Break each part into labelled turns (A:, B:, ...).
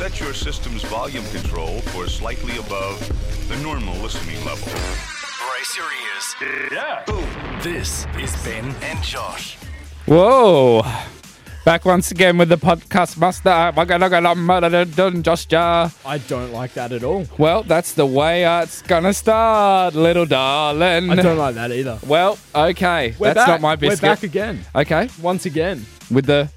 A: set your system's volume control for slightly above the normal listening level.
B: Brace your ears.
C: Yeah.
B: This is Ben and Josh.
D: Whoa. Back once again with the podcast master. Josh Jar.
E: I don't like that at all.
D: Well, that's the way uh, it's gonna start, little darling.
E: I don't like that either.
D: Well, okay.
E: We're
D: that's
E: back.
D: not my biscuit.
E: We're back again.
D: Okay.
E: Once again,
D: With the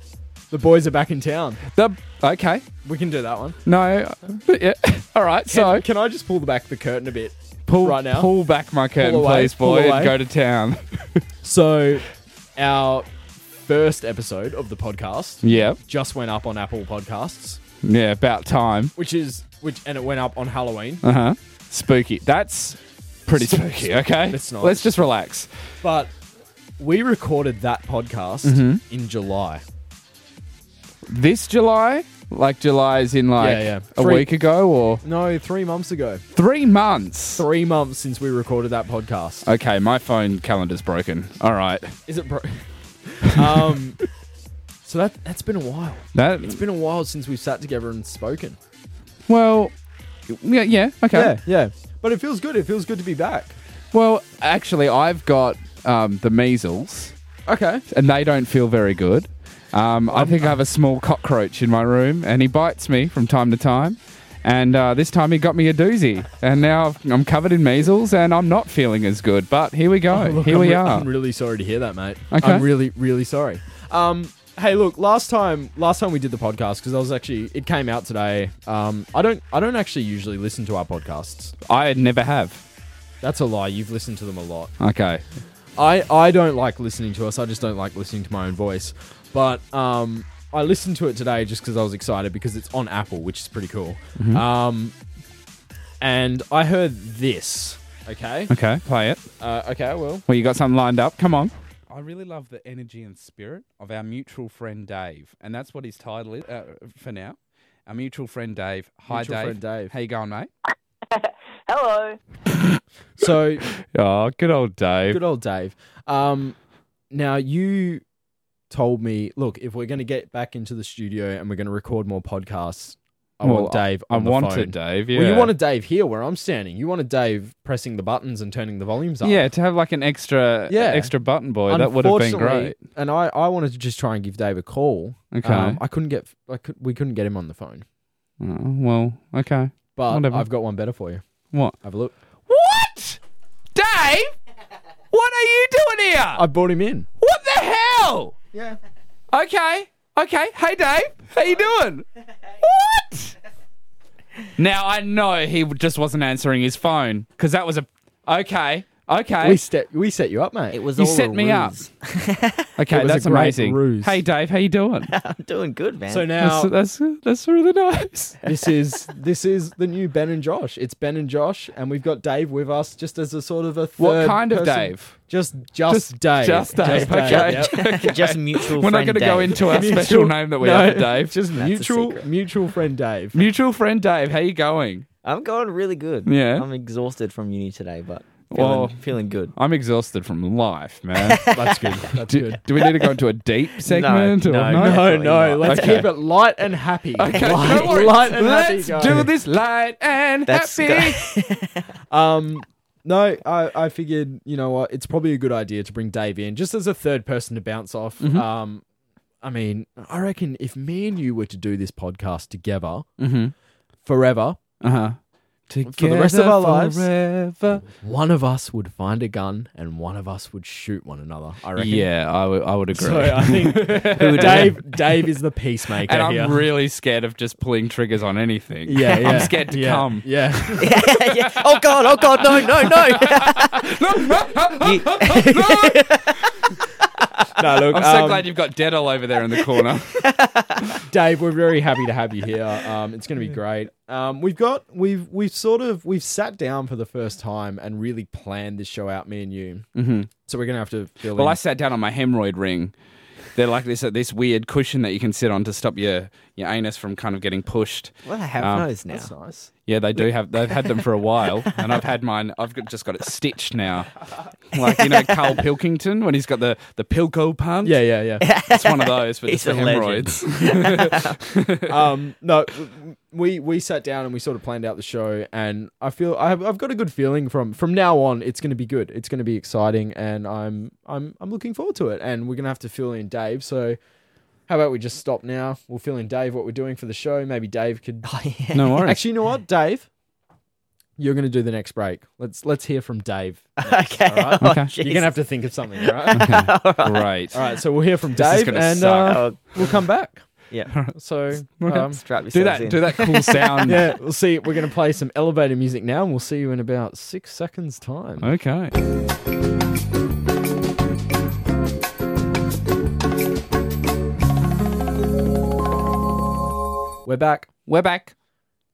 E: the boys are back in town.
D: the okay.
E: We can do that one.
D: No. But yeah. All right.
E: Can,
D: so
E: can I just pull the back the curtain a bit?
D: pull
E: right now.
D: Pull back my curtain,
E: away,
D: please,
E: pull
D: boy, and
E: away.
D: go to town.
E: So, our first episode of the podcast
D: yeah.
E: just went up on Apple Podcasts,
D: Yeah. About time.
E: which is which, and it went up on Halloween.
D: Uh huh. Spooky. That's pretty
E: Sp-
D: spooky. Okay.
E: It's not.
D: Let's just relax.
E: But we recorded that podcast
D: Mm-hmm.
E: in July.
D: This July, like July is in like
E: Yeah, yeah.
D: a
E: Three-
D: week ago or
E: No, three months ago.
D: three months.
E: Three months since we recorded that podcast.
D: Okay, my phone calendar's broken. All right.
E: Is it bro? um. So that that's been a while.
D: That
E: It's been a while since we've sat together and spoken.
D: well, yeah, yeah, okay.
E: yeah. But it feels good. It feels good to be back.
D: Well, actually, I've got um, the measles,
E: Okay.
D: and they don't feel very good. Um, I
E: uh,
D: think I have a small cockroach in my room, and he bites me from time to time. And uh, this time he got me a doozy, and now I've- I'm covered in measles, and I'm not feeling as good. But here we go. here
E: Oh, I'm
D: we
E: re-
D: are.
E: I'm really sorry to hear that, mate.
D: Okay.
E: I'm really, really sorry. Um, hey, look, last time, last time we did the podcast because I was actually it came out today. Um, I don't, I don't actually usually listen to our podcasts.
D: I never have.
E: That's a lie. You've listened to them a lot.
D: Okay.
E: I, I don't like listening to us. I just don't like listening to my own voice. But um, I listened to it today just because I was excited because it's on Apple, which is pretty cool.
D: Mm-hmm.
E: Um, and I heard this. Okay.
D: Okay. Play it.
E: Uh, okay. Well.
D: Well, you got something lined up? Come on. I really love the energy and spirit of our mutual friend Dave, and that's what his title is uh, for now. Our mutual friend Dave. Hi,
E: Mutual
D: Dave.
E: friend Dave.
D: How you going, mate?
F: Hello.
E: So
D: Oh, good old Dave.
E: good old Dave. Um, now you told me, look, if we're going to get back into the studio and we're going to record more podcasts, I
D: Well,
E: want Dave.
D: I
E: On the phone.
D: wanted Dave. Yeah.
E: Well, you want a Dave here where I'm standing. You want a Dave pressing the buttons and turning the volumes up.
D: yeah to have like an extra
E: Yeah.
D: extra button boy. That would have been
E: Unfortunately-
D: great.
E: And I, I wanted to just try and give Dave a call. Um,
D: Okay.
E: I couldn't get I could we couldn't get him on the phone.
D: Oh, well, okay.
E: But
D: Whatever.
E: I've got one better for you.
D: What?
E: Have a look.
D: What? Dave? What are you doing here?
E: I brought him in.
D: What the hell? Yeah. Okay. Okay. Hey, Dave. How you doing? What? Now I know he just wasn't answering his phone because that was a. Okay. Okay.
E: We set we set you up, mate.
G: It was
D: you
G: all
D: set
G: a
D: me up.
G: ruse.
D: Okay,
E: was a
D: that's
E: great
D: amazing.
E: ruse.
D: Hey, Dave. How you doing?
G: I'm doing good, man.
E: So now
D: that's, that's that's really nice.
E: this is this is the new Ben and Josh. It's Ben and Josh, and we've got Dave with us just as a sort of a third
D: What kind of
E: person.
D: Dave?
E: Just just, Dave.
D: Just Dave. okay.
E: yep.
G: just mutual
D: We're not
G: friend
D: going to go
G: Dave.
D: into our special
E: Mutual-
D: name that we
E: no,
D: have for Dave. Just
E: Just
G: a
E: mutual
G: secret.
E: mutual friend Dave.
D: mutual friend Dave. How you going?
G: I'm going really good.
D: Yeah.
G: I'm exhausted from uni today, but feeling,
D: Well-
G: feeling good.
D: I'm exhausted from life, man.
E: That's good. That's
D: do,
E: good.
D: do we need to go into a deep segment?
G: no,
D: or
G: no.
E: No,
G: Definitely
E: no.
G: not.
E: Let's
D: Okay.
E: keep it light and happy.
D: Okay,
E: light,
D: don't worry.
E: light and
D: Let's
E: happy.
D: do
E: guys.
D: this light and
G: That's
D: happy.
E: Um, no, I, I figured you know what, it's probably a good idea to bring Dave in just as a third person to bounce off.
G: Mm-hmm.
E: Um, I mean, I reckon if me and you were to do this podcast together
D: Mhm.
E: forever,
D: Uh huh.
E: For the rest of our lives.
D: Forever.
E: one of us would find a gun and one of us would shoot one another. I reckon.
D: Yeah, I would. I would agree.
E: So I think Dave Dave is the peacemaker
D: and I'm
E: here.
D: really scared of just pulling triggers on anything.
E: yeah, yeah,
D: I'm scared to
E: yeah,
D: come.
E: Yeah.
G: Yeah. Oh god, oh god, no, no, no.
E: no, look,
D: I'm so
E: um,
D: glad you've got dead all over there in the corner.
E: Dave, we're very happy to have you here. Um, it's going to be great. Um, we've got we've we've sort of we've sat down for the first time and really planned this show out, me and you. Mm-hmm. So we're going to have to fill
D: well,
E: in.
D: uh, I sat down on my hemorrhoid ring. They're like this this weird cushion that you can sit on to stop your your anus from kind of getting pushed.
G: Well, I have
D: Um,
G: those now.
E: nice.
D: Yeah, they do have. They've had them for a while, and I've had mine. I've got, just got it stitched now. Like you know, Carl Pilkington when he's got the the Pilco pump.
E: Yeah, yeah, yeah.
D: it's one of those, but it's
G: He's
D: for
G: a legend.
D: hemorrhoids.
E: um, no, we we sat down and we sort of planned out the show, and I feel I've, I've got a good feeling from from now on. It's going to be good. It's going to be exciting, and I'm I'm I'm looking forward to it. And we're going to have to fill in Dave. So how about we just stop now? We'll fill in Dave what we're doing for the show. Maybe Dave could.
D: No worries.
E: Actually, you know what, Dave. You're going to do the next break. Let's let's hear from Dave.
G: okay.
E: right.
G: Oh,
D: Okay.
E: You're
G: jeez.
E: going to have to think of something, all right?
D: Great.
E: all right, so we'll hear from
D: This is
E: Dave,
D: gonna
E: and
D: suck.
E: uh,
G: Oh,
E: we'll come back.
G: yeah.
E: So
D: Okay.
E: um,
G: Strap yourselves
D: Do that.
G: in.
D: Do that cool sound.
E: yeah, we'll see. We're going to play some elevator music now, and we'll see you in about six seconds' time.
D: Okay.
E: We're back.
D: We're back,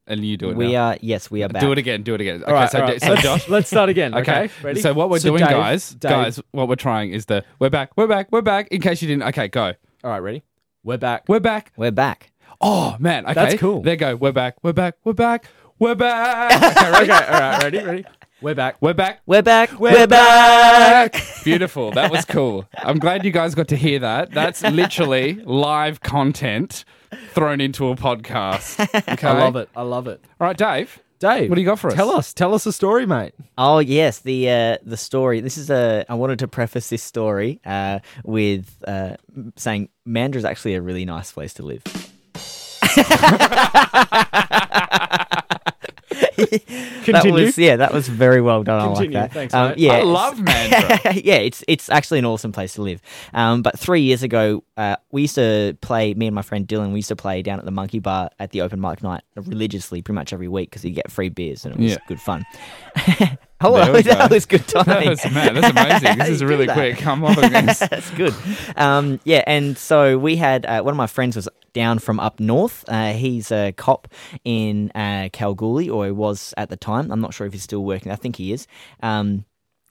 D: and you do it.
G: We
D: now.
G: are. Yes, we are back.
D: Do it again. Do it again. Okay.
E: All right,
D: so,
E: all
D: do-
E: right.
D: so
E: Let's-
D: Josh.
E: let's start again. Okay,
D: Okay.
E: ready?
D: So what we're
E: So
D: doing,
E: Dave-
D: guys,
E: Dave-
D: guys, what we're trying is the we're back, we're back, we're back. In case you didn't, okay, go.
E: All right, ready? We're back.
D: We're back.
G: We're back.
D: Oh man, okay,
E: That's cool.
D: There you go. We're back. We're back. We're back. We're back. okay, right,
E: okay, all right, ready? Ready? We're back.
D: we're back.
G: We're back. We're, back.
D: back. Beautiful. That was cool. I'm glad you guys got to hear that. That's literally live content thrown into a podcast. Okay?
E: I love it. I love it.
D: All right, Dave.
E: Dave,
D: What do you got for us?
E: Tell us. Tell us a story, mate.
G: Oh yes, the uh, the story. This is a. I wanted to preface this story uh, with uh, m- saying Mandra is actually a really nice place to live. That
E: Continue.
G: was yeah. That was very well done.
E: Continue.
G: I like that. Um,
E: Thanks, mate.
G: yeah,
D: I
G: it's-
D: love Mandra.
G: yeah, it's it's actually an awesome place to live. Um, but three years ago, uh, we used to play. Me and my friend Dylan, we used to play down at the Monkey Bar at the open mic night religiously, pretty much every week, because you get free beers and it was
D: Yeah.
G: good fun. Hello,
D: There we go.
G: that was good timing.
D: That was, man, that's amazing. This is
G: You do
D: really
G: that.
D: quick. I'm loving this.
G: That's good. Um, yeah, and so we had uh, one of my friends was down from up north. Uh, he's a cop in uh, Kalgoorlie, or he was at the time. I'm not sure if he's still working. I think he is. Um,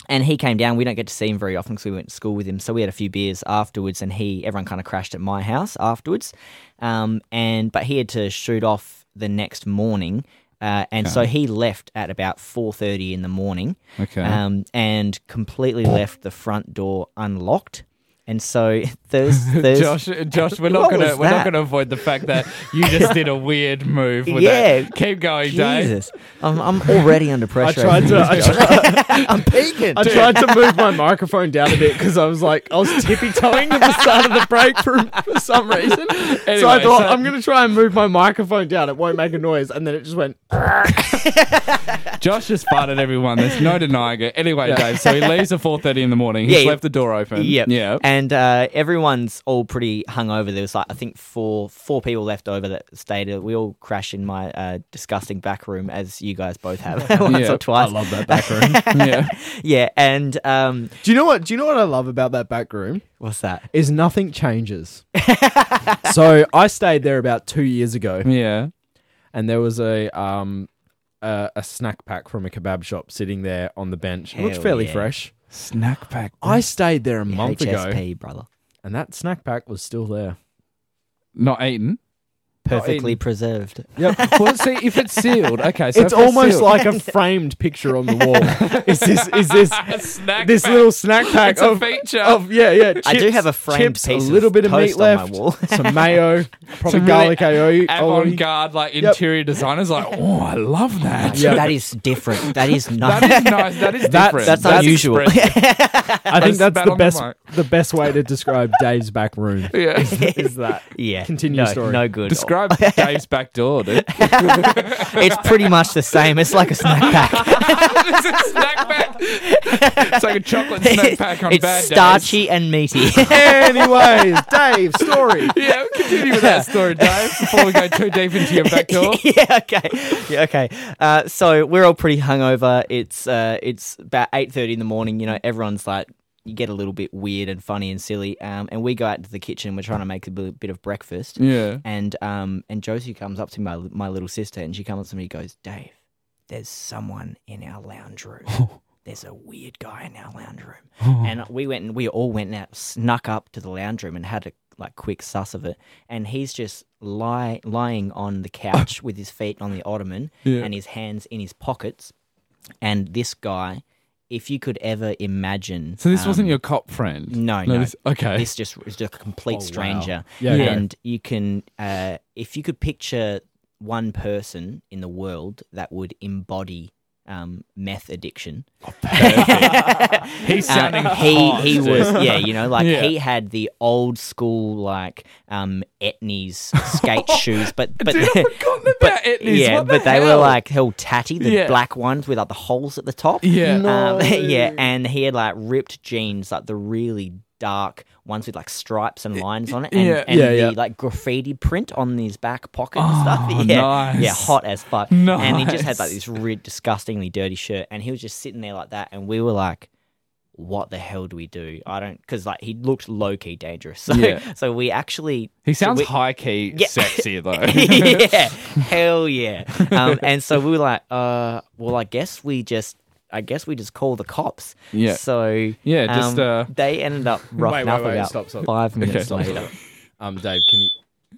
G: and he came down. We don't get to see him very often because we went to school with him. So we had a few beers afterwards, and he everyone kind of crashed at my house afterwards. Um, and but he had to shoot off the next morning. Uh, and so he left at about four thirty in the morning,
D: Okay.
G: um, and completely left the front door unlocked. And so Thurs Thurs
D: Josh, Josh, we're not
G: What
D: gonna
G: was
D: we're not
G: that?
D: gonna avoid the fact that you just did a weird move. With
G: Yeah.
D: that. keep going, Dave.
G: Jesus, I'm, I'm already under
E: I
G: pressure.
E: tried to. I tried,
G: I'm peaking.
E: I tried to move my microphone down a bit because I was like, I was tippy toeing at the start of the break for, for some reason. so I
D: Anyway,
E: thought,
D: so-
E: I'm going to try and move my microphone down. It won't make a noise. And then it just went,
D: Josh just farted everyone. There's no denying it. Anyway, Dave. So he leaves at four thirty in the morning. He's
G: Yeah, yeah.
D: left the door open.
G: Yep.
D: Yeah.
G: And uh, everyone's all pretty hungover. There was like I think four four people left over that stayed. We all crashed in my uh, disgusting back room, as you guys both have once
D: Yeah.
G: or twice.
E: that back room.
D: yeah.
G: yeah, and um,
E: do you know what? Do you know what I love about that back room?
G: what's that?
E: is nothing changes. so I stayed there about two years ago,
D: Yeah.
E: and there was a um a, a snack pack from a kebab shop sitting there on the bench. it looked
G: Hell
E: fairly
G: yeah.
E: fresh.
D: Snack pack.
E: I stayed there a month ago,
G: HSP, brother,
E: and that snack pack was still there.
D: not eaten.
G: perfectly preserved.
D: Yep. well, see, if it's sealed, okay. So
E: it's
D: if
E: almost
D: sealed-
E: like a framed picture on the wall. is this is this
D: snack
E: this
D: pack.
E: little snack pack
D: It's a
E: of,
D: feature.
E: of yeah yeah. Chips,
G: I do have a framed
E: chips,
G: piece
E: a little
G: of
E: bit of meat
G: toast on my
E: left,
G: wall.
E: some mayo, probably
D: Some really
E: garlic eh? aioli.
D: avant-garde, like interior designers, like, oh, I love that.
E: Yeah.
G: That is different. That is not.
D: That is nice. That is
E: That's-
D: different.
G: that's unusual.
D: expressive.
E: I think
D: That's
E: that's the
D: about
E: best
D: on
E: the best way to describe Dave's back room.
D: yeah.
E: Is that
G: yeah,
E: Continue
G: no,
E: story.
G: No good.
D: Describe Dave's back door, dude.
G: It's pretty much the same. It's like a snack pack.
D: it's a snack pack. It's like a chocolate snack pack on
G: it's
D: bad days.
G: starchy and meaty.
E: Anyways, Dave, story.
D: Yeah, continue with that story, Dave, before we go too deep into your back door.
G: yeah, okay. Yeah, okay. Uh, so we're all pretty hungover. It's uh, it's about eight thirty in the morning. You know, everyone's like, you get a little bit weird and funny and silly. Um, and we go out to the kitchen. We're trying to make a bi- bit of breakfast.
D: Yeah.
G: And um, and Josie comes up to my my little sister, and she comes up to me, and goes, Dave, there's someone in our lounge room. There's a
D: Hmm.
G: weird guy in our lounge room. And we went and we all went out, snuck up to the lounge room and had a like quick suss of it, and he's just lie, lying on the couch with his feet on the ottoman
D: Yeah.
G: and his hands in his pockets. And this guy, if you could ever imagine,
D: So this
G: um,
D: wasn't your Oh, cop friend.
G: no, no.
D: this- okay.
G: This just is just a
E: wow.
G: complete stranger.
E: Yeah, okay.
G: And you can, uh, if you could picture one person in the world that would embody um, meth addiction.
D: Oh, He's sounding
G: Uh, he
D: hot,
G: he
D: dude.
G: was yeah you know like
D: Yeah.
G: he had the old school like um Etnies skate shoes but but
D: Dude, I've forgotten about Etnies.
G: yeah
D: What the
G: but they were
D: hell?
G: like hell tatty the
D: Yeah.
G: black ones with like the holes at the top
D: Yeah.
G: um, yeah and he had like ripped jeans like the really dark ones with like stripes and lines on it and,
D: yeah.
G: and
E: Yeah,
G: the
E: yeah.
G: like graffiti print on his back pocket and stuff
D: Oh,
G: yeah
D: nice.
G: yeah hot as fuck and he just had like
D: Nice.
G: this rid disgustingly dirty shirt and he was just sitting there like that and we were like what the hell do we do? I don't because like he looked low key dangerous. So
D: Yeah.
G: so we actually
D: He sounds
G: we-
D: high key
G: Yeah.
D: sexy though.
G: yeah, hell yeah. Um, and so we were like, uh, well, I guess we just, I guess we just call the cops.
D: Yeah.
G: So
D: Yeah, just,
G: um,
D: uh,
G: they ended up roughing
E: wait,
G: up
E: wait,
G: about
E: stop, stop.
G: five minutes
D: Okay.
G: later.
E: Um, Dave, can you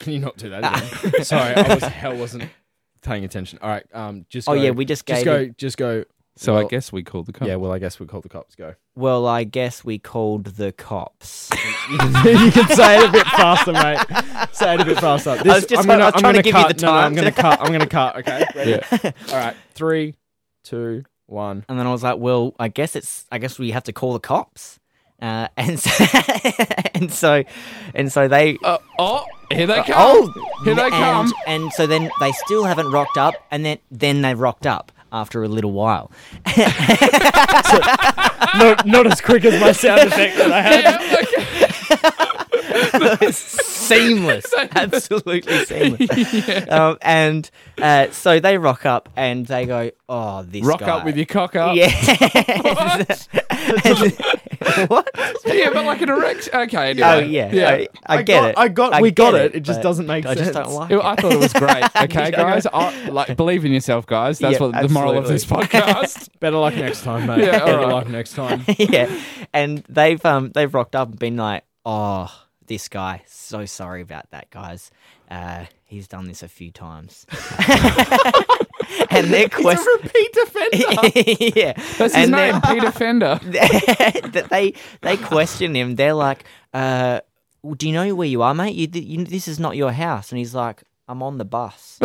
E: can you not do that? Again? Sorry, I was hell wasn't paying attention. All right, um, just
G: Oh,
E: go-
G: yeah, we just gave
E: just go
G: him-
E: just go.
D: So I
E: Well,
D: guess we called the cop.
E: yeah. Well, I guess we call the cops. Go.
G: Well, I guess we called the cops.
E: you can say it a bit faster, mate. Say it a bit faster. This,
G: I was just try- I was trying to give you
E: cut.
G: the
E: No, no,
G: time
E: I'm gonna cut. I'm gonna cut. Okay. Ready? All right. Three, two, one.
G: And then I was like, well, I guess it's, I guess we have to call the cops. Uh, and so, and so, and so they,
D: Uh, oh, here they come.
G: Oh,
D: here they
G: and,
D: come.
G: And so then they still haven't rocked up, and then then they rocked up after a little while.
E: No, not as quick as my sound effect that I had.
D: Yeah, okay.
G: seamless, absolutely seamless. Um, and uh, so they rock up, and they go, "Oh, this
D: Rock
G: guy.
D: up with your cock up.
G: yeah."
D: What?
G: what?
D: yeah, but like an erection. Okay. Anyway.
G: Oh yeah, I, I get
E: got-
G: it.
E: I got- we got
G: get
E: it, it just
G: but
E: doesn't make
G: I just
E: sense.
G: don't like
D: It-
G: it.
D: I thought it was great. Okay, guys, I, like believe in yourself, guys. That's
G: Yeah,
D: what the moral of this
G: absolutely.
D: podcast.
E: Better luck next time, mate.
D: Yeah, all
E: Better
D: right.
E: luck next time.
G: yeah, and they've um they've rocked up and been like, oh, this guy, so sorry about that, guys. Uh, he's done this a few times. and their
D: It's
G: question,
D: a repeat offender.
G: yeah,
D: That's his
G: and their-
D: name, Peter Fender.
G: that they they question him. They're like, uh, "Well, "Do you know where you are, mate? You, th- you, this is not your house." And he's like, "I'm on the bus."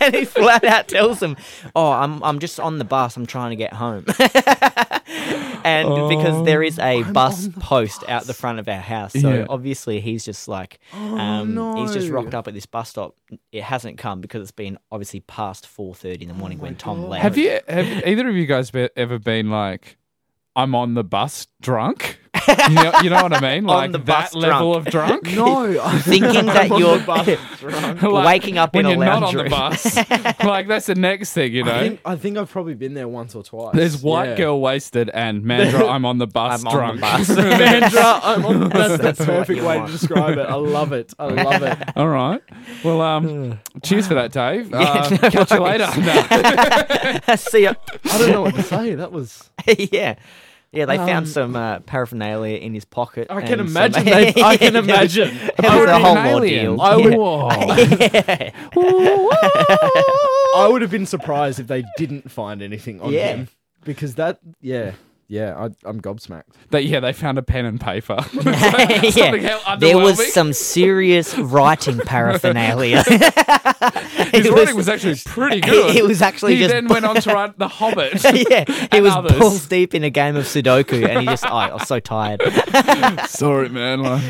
G: and he flat out tells them, "Oh, I'm I'm just on the bus. I'm trying to get home." and because there is a bus post out Oh, the front of our house, so
D: Yeah.
G: obviously he's just like, um, he's just rocked up at this bus stop. It hasn't come because it's been obviously past four thirty in the morning when Tom left.
D: Have you? Have either of you guys be, ever been like, I'm on the bus drunk? You know, you know what I mean? Like
G: the
D: that
G: bus
D: level of drunk.
E: No,
G: thinking that you're
D: Like,
G: waking up
D: when
G: in a
D: you're
G: lounge
D: not on
G: room.
D: the bus. like that's the next thing, you
E: I
D: know.
E: think, I think I've probably been there once or twice.
D: There's white
E: Yeah.
D: girl wasted and Mandra, I'm on the bus
G: I'm on the
D: drunk.
G: bus.
E: Mandra, I'm on the bus. That's
G: That's
E: the
G: what
E: perfect
G: you
E: way
G: want.
E: to describe it. I love it. I love it.
D: All right. Well, um, cheers for that, Dave. uh, catch you later. No.
G: See, ya.
E: I don't know what to say. That was.
G: yeah, yeah. They found some uh, paraphernalia in his pocket.
E: I can
G: and
E: imagine.
G: Some...
E: They, I can imagine.
G: It was a
D: an
G: whole
D: alien.
G: ordeal.
E: I would-
D: Whoa.
E: I would have been surprised if they didn't find anything on
G: Yeah.
E: him because that. Yeah, yeah. I, I'm gobsmacked.
D: They- yeah, they found a pen and paper. Something
G: yeah,
D: hell
G: there was
D: underwhelming.
G: some serious writing paraphernalia.
D: His
G: it
D: writing
G: was-
D: was, actually pretty good.
G: it was actually
D: he
G: just
D: then went on to write The Hobbit.
G: yeah, he
D: And
G: was
D: others.
G: balls deep in a game of Sudoku, and he just, oh, I was so tired.
D: Sorry, man. Like,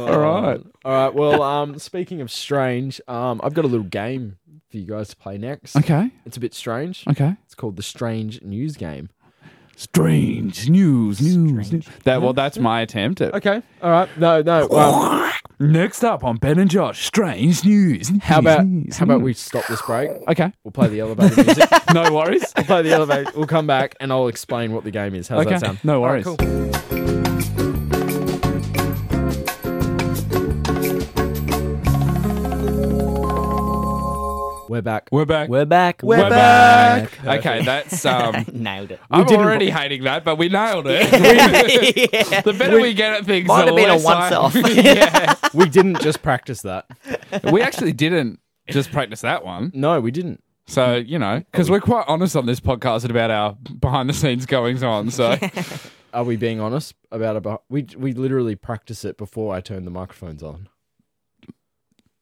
D: all right.
E: All right. Well, um, speaking of strange, um, I've got a little game for you guys to play next.
D: Okay.
E: It's a bit strange.
D: Okay.
E: It's called the Strange News Game.
D: Strange news. News. news. That well, that's my attempt at
E: Okay. All right. No, no. um, Well,
D: Next up on Ben and Josh, strange news.
E: how about how about we stop this break?
D: Okay,
E: We'll play the elevator music.
D: no worries.
E: We'll play the elevator. We'll come back and I'll explain what the game is. How's
D: okay,
E: that sound?
D: no worries.
E: We're back.
D: We're back.
G: We're back. We're,
D: Okay, that's um.
G: Nailed it.
D: I'm
E: did it-
D: already hating that, but we nailed it.
G: Yeah.
D: the better we, get at things,
G: Might
D: the
G: have been a
D: less uh, I-
G: once-off.
D: yeah,
E: we didn't just practice that.
D: we actually didn't just practice that one.
E: No, we didn't.
D: So you know, because we're quite honest on this podcast about our behind-the-scenes goings on. So
E: Are we being honest about about we we literally practice it before I turned the microphones on?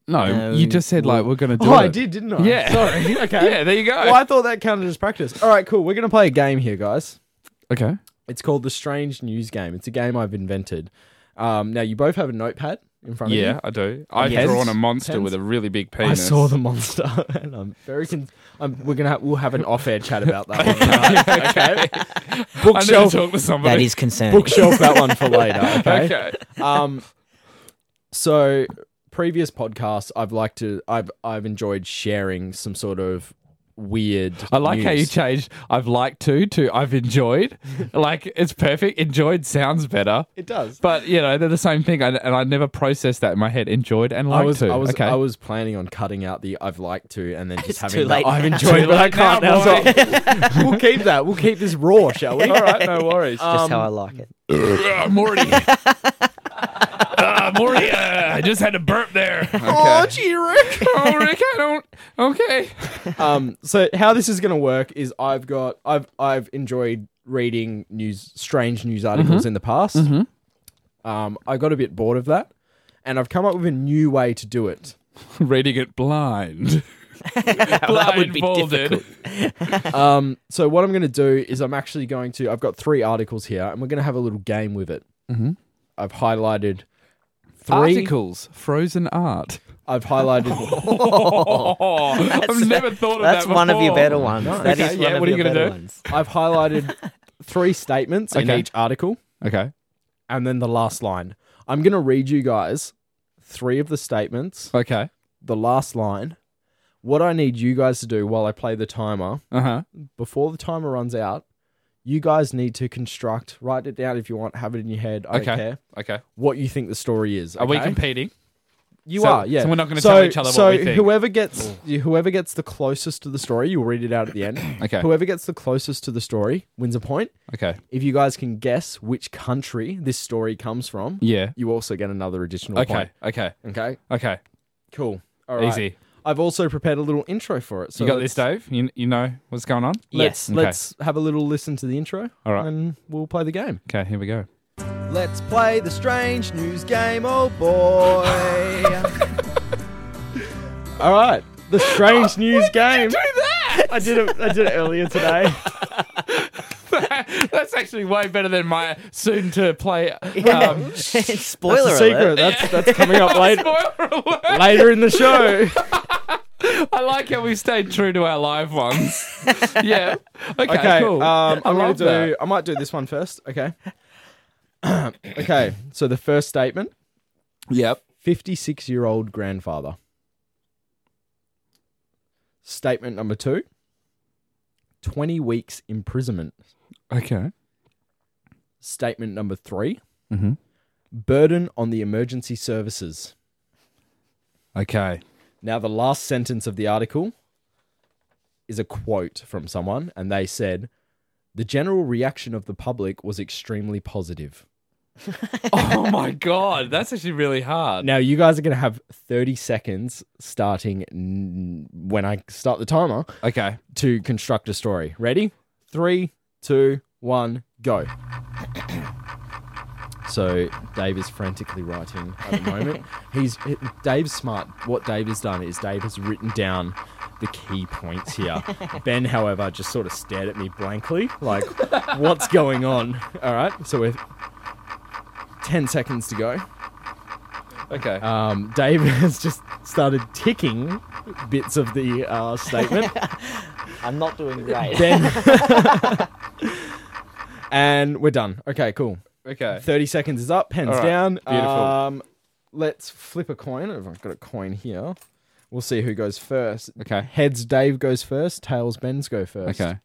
D: no,
G: Um,
D: you just said like we're going to do
E: Oh,
D: it.
E: I did, didn't I?
D: Yeah.
E: Sorry. Okay.
D: Yeah, there you go.
E: Well, I thought that counted as practice. All right, cool. We're gonna play a game here, guys.
D: Okay.
E: It's called the Strange News Game. It's a game I've invented. Um, now you both have a notepad in front of you.
D: Yeah, I do. I've
E: Pens?
D: drawn a monster
E: Pens?
D: with a really big
E: I
D: penis.
E: saw the monster, and I'm very. Con- I'm, we're gonna have, we'll have an off-air chat about that. One tonight, okay.
D: I need
E: Bookshelf,
D: to talk to somebody.
G: That is concerning.
E: bookshelf that one for later. Okay.
D: okay.
E: Um. So previous podcasts, I've liked to. I've I've enjoyed sharing some sort of weird.
D: I like how you
E: news.
D: changed. I've liked to to I've enjoyed. like it's perfect. Enjoyed sounds better.
E: It does.
D: But you know they're the same thing, I, and I never processed that in my head. Enjoyed and liked
E: I was,
D: to.
E: I was,
D: okay.
E: I was planning on cutting out the "I've liked to" and then just
G: It's
E: having
G: too
E: the
G: late
E: "I've
G: now.
E: enjoyed,"
D: Too
E: but I
D: late now,
E: can't now. so we'll keep that. We'll keep this raw, shall we? All right, no worries.
G: Just how
D: um,
G: I like it.
D: Ah, Morty. Ah, Morty. Uh, I just had a burp there. Okay. Oh, gee, Rick. oh, Rick. I don't. Okay.
E: Um, so how this is going to work is I've got I've I've enjoyed reading news strange news articles in the past. Um, I got a bit bored of that, and I've come up with a new way to do it.
D: Reading it blind.
G: that would be
D: Blindfolded.
G: difficult.
E: Um, so what I'm going to do is I'm actually going to I've got three articles here, and we're going to have a little game with it. Mm-hmm. I've highlighted three.
D: Articles. Frozen art.
E: I've highlighted.
D: Oh, I've never thought of that.
G: That's one of your
D: before.
G: better ones. That
D: Okay,
G: is one
D: yeah,
G: of
D: what are
G: your
D: you gonna
G: better
D: do?
G: ones.
E: I've highlighted three statements in
D: Okay.
E: each article.
D: Okay.
E: and then the last line. I'm going to read you guys three of the statements,
D: Okay.
E: the last line. What I need you guys to do while I play the timer,
D: Uh huh.
E: before the timer runs out, you guys need to construct, write it down if you want, have it in your head. I
D: Okay.
E: don't care
D: Okay.
E: what you think the story is.
D: Are we
E: okay?
D: competing?
E: You
D: So-
E: are, yeah.
D: so we're not gonna
E: So-
D: tell each other what
E: so
D: we think.
E: whoever gets whoever gets the closest to the story, you'll read it out at the end.
D: Okay.
E: Whoever gets the closest to the story wins a point.
D: Okay.
E: If you guys can guess which country this story comes from,
D: Yeah.
E: you also get another additional
D: Okay.
E: point.
D: Okay.
E: Okay.
D: Okay.
E: Cool. All right.
D: Easy.
E: I've also prepared a little intro for it. So
D: You got
E: let's-
D: this, Dave. You you know what's going on.
E: Let's
G: Yes.
D: Okay.
E: let's have a little listen to the intro.
D: All right.
E: And we'll play the game.
D: Okay. Here we go.
E: Let's play the strange news game, oh boy. All right. The strange news game. I did it I did it earlier today.
D: That's actually way better than my soon to play. Um,
G: Spoiler
E: That's a secret.
G: alert.
E: That's that's coming up later
D: spoiler alert.
E: later in the show.
D: I like how we stayed true to our live ones. yeah. Okay.
E: Okay,
D: cool.
E: um,
D: I
E: I'm gonna
D: love
E: do.
D: that.
E: I might do this one first. Okay. okay. So the first statement:
D: Yep.
E: fifty-six-year-old grandfather. Statement number two: twenty weeks imprisonment.
D: Okay.
E: Statement number 3
D: Mhm.
E: burden on the emergency services.
D: Okay.
E: Now the last sentence of the article is a quote from someone, and they said. The general reaction of the public was extremely positive.
D: oh my god, that's actually really hard.
E: Now you guys are going to have 30 seconds starting n- when I start the timer
D: Okay.
E: to construct a story. Ready? Three, two, one, go. So Dave is frantically writing at the moment. He's Dave's smart. What Dave has done is Dave has written down the key points here. ben, however, just sort of stared at me blankly, like, "What's going on?" All right. So we're 10 seconds to go.
D: Okay.
E: Um, Dave has just started ticking bits of the uh, statement.
G: I'm not doing great.
E: Ben. and we're done. Okay, cool.
D: okay.
E: 30 seconds is up, pens
D: All right,
E: down.
D: beautiful.
E: Um, let's flip a coin. I've got a coin here. We'll see who goes first.
D: Okay.
E: Heads, Dave goes first. Tails, Ben's go first.
D: Okay.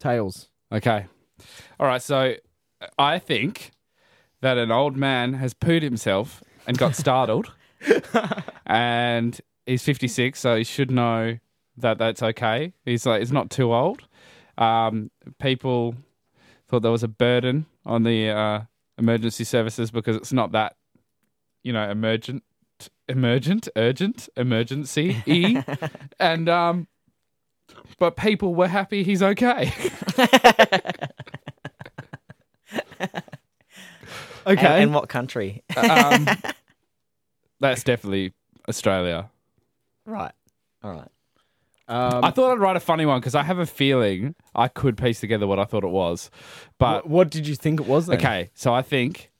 E: Tails.
D: Okay. All right. So uh, I think that an old man has pooed himself and got startled and he's 56, so he should know that that's okay. He's like, it's not too old. Um, people thought there was a burden on the uh, emergency services because it's not that, you know, emergent, emergent, urgent, emergency e, and um, but people were happy he's okay.
G: And,
E: Okay.
G: and what country?
D: um, that's definitely Australia.
G: right. All right.
E: um,
D: I thought I'd write a funny one because I have a feeling I could piece together what I thought it was. But
E: wh- what did you think it was? Then?
D: okay, so I think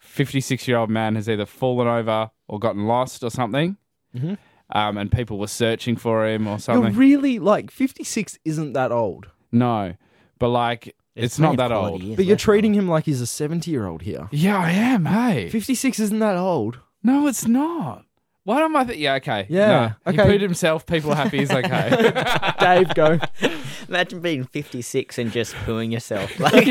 D: 56 year old man has either fallen over or gotten lost or something.
E: Mhm.
D: Um, and people were searching for him or
E: You're
D: something.
E: really like 56 isn't that old,
D: no, but like, it's, not that old.
E: but you're treating him like he's a 70 year old here.
D: Yeah, I am. Hey,
E: 56 isn't that old.
D: no, it's not. Why am I? Th- yeah, okay.
E: Yeah,
D: No.
E: okay.
D: He pooed himself. People are happy. He's okay.
E: Dave, go.
G: Imagine being 56 and just pooing yourself. Like,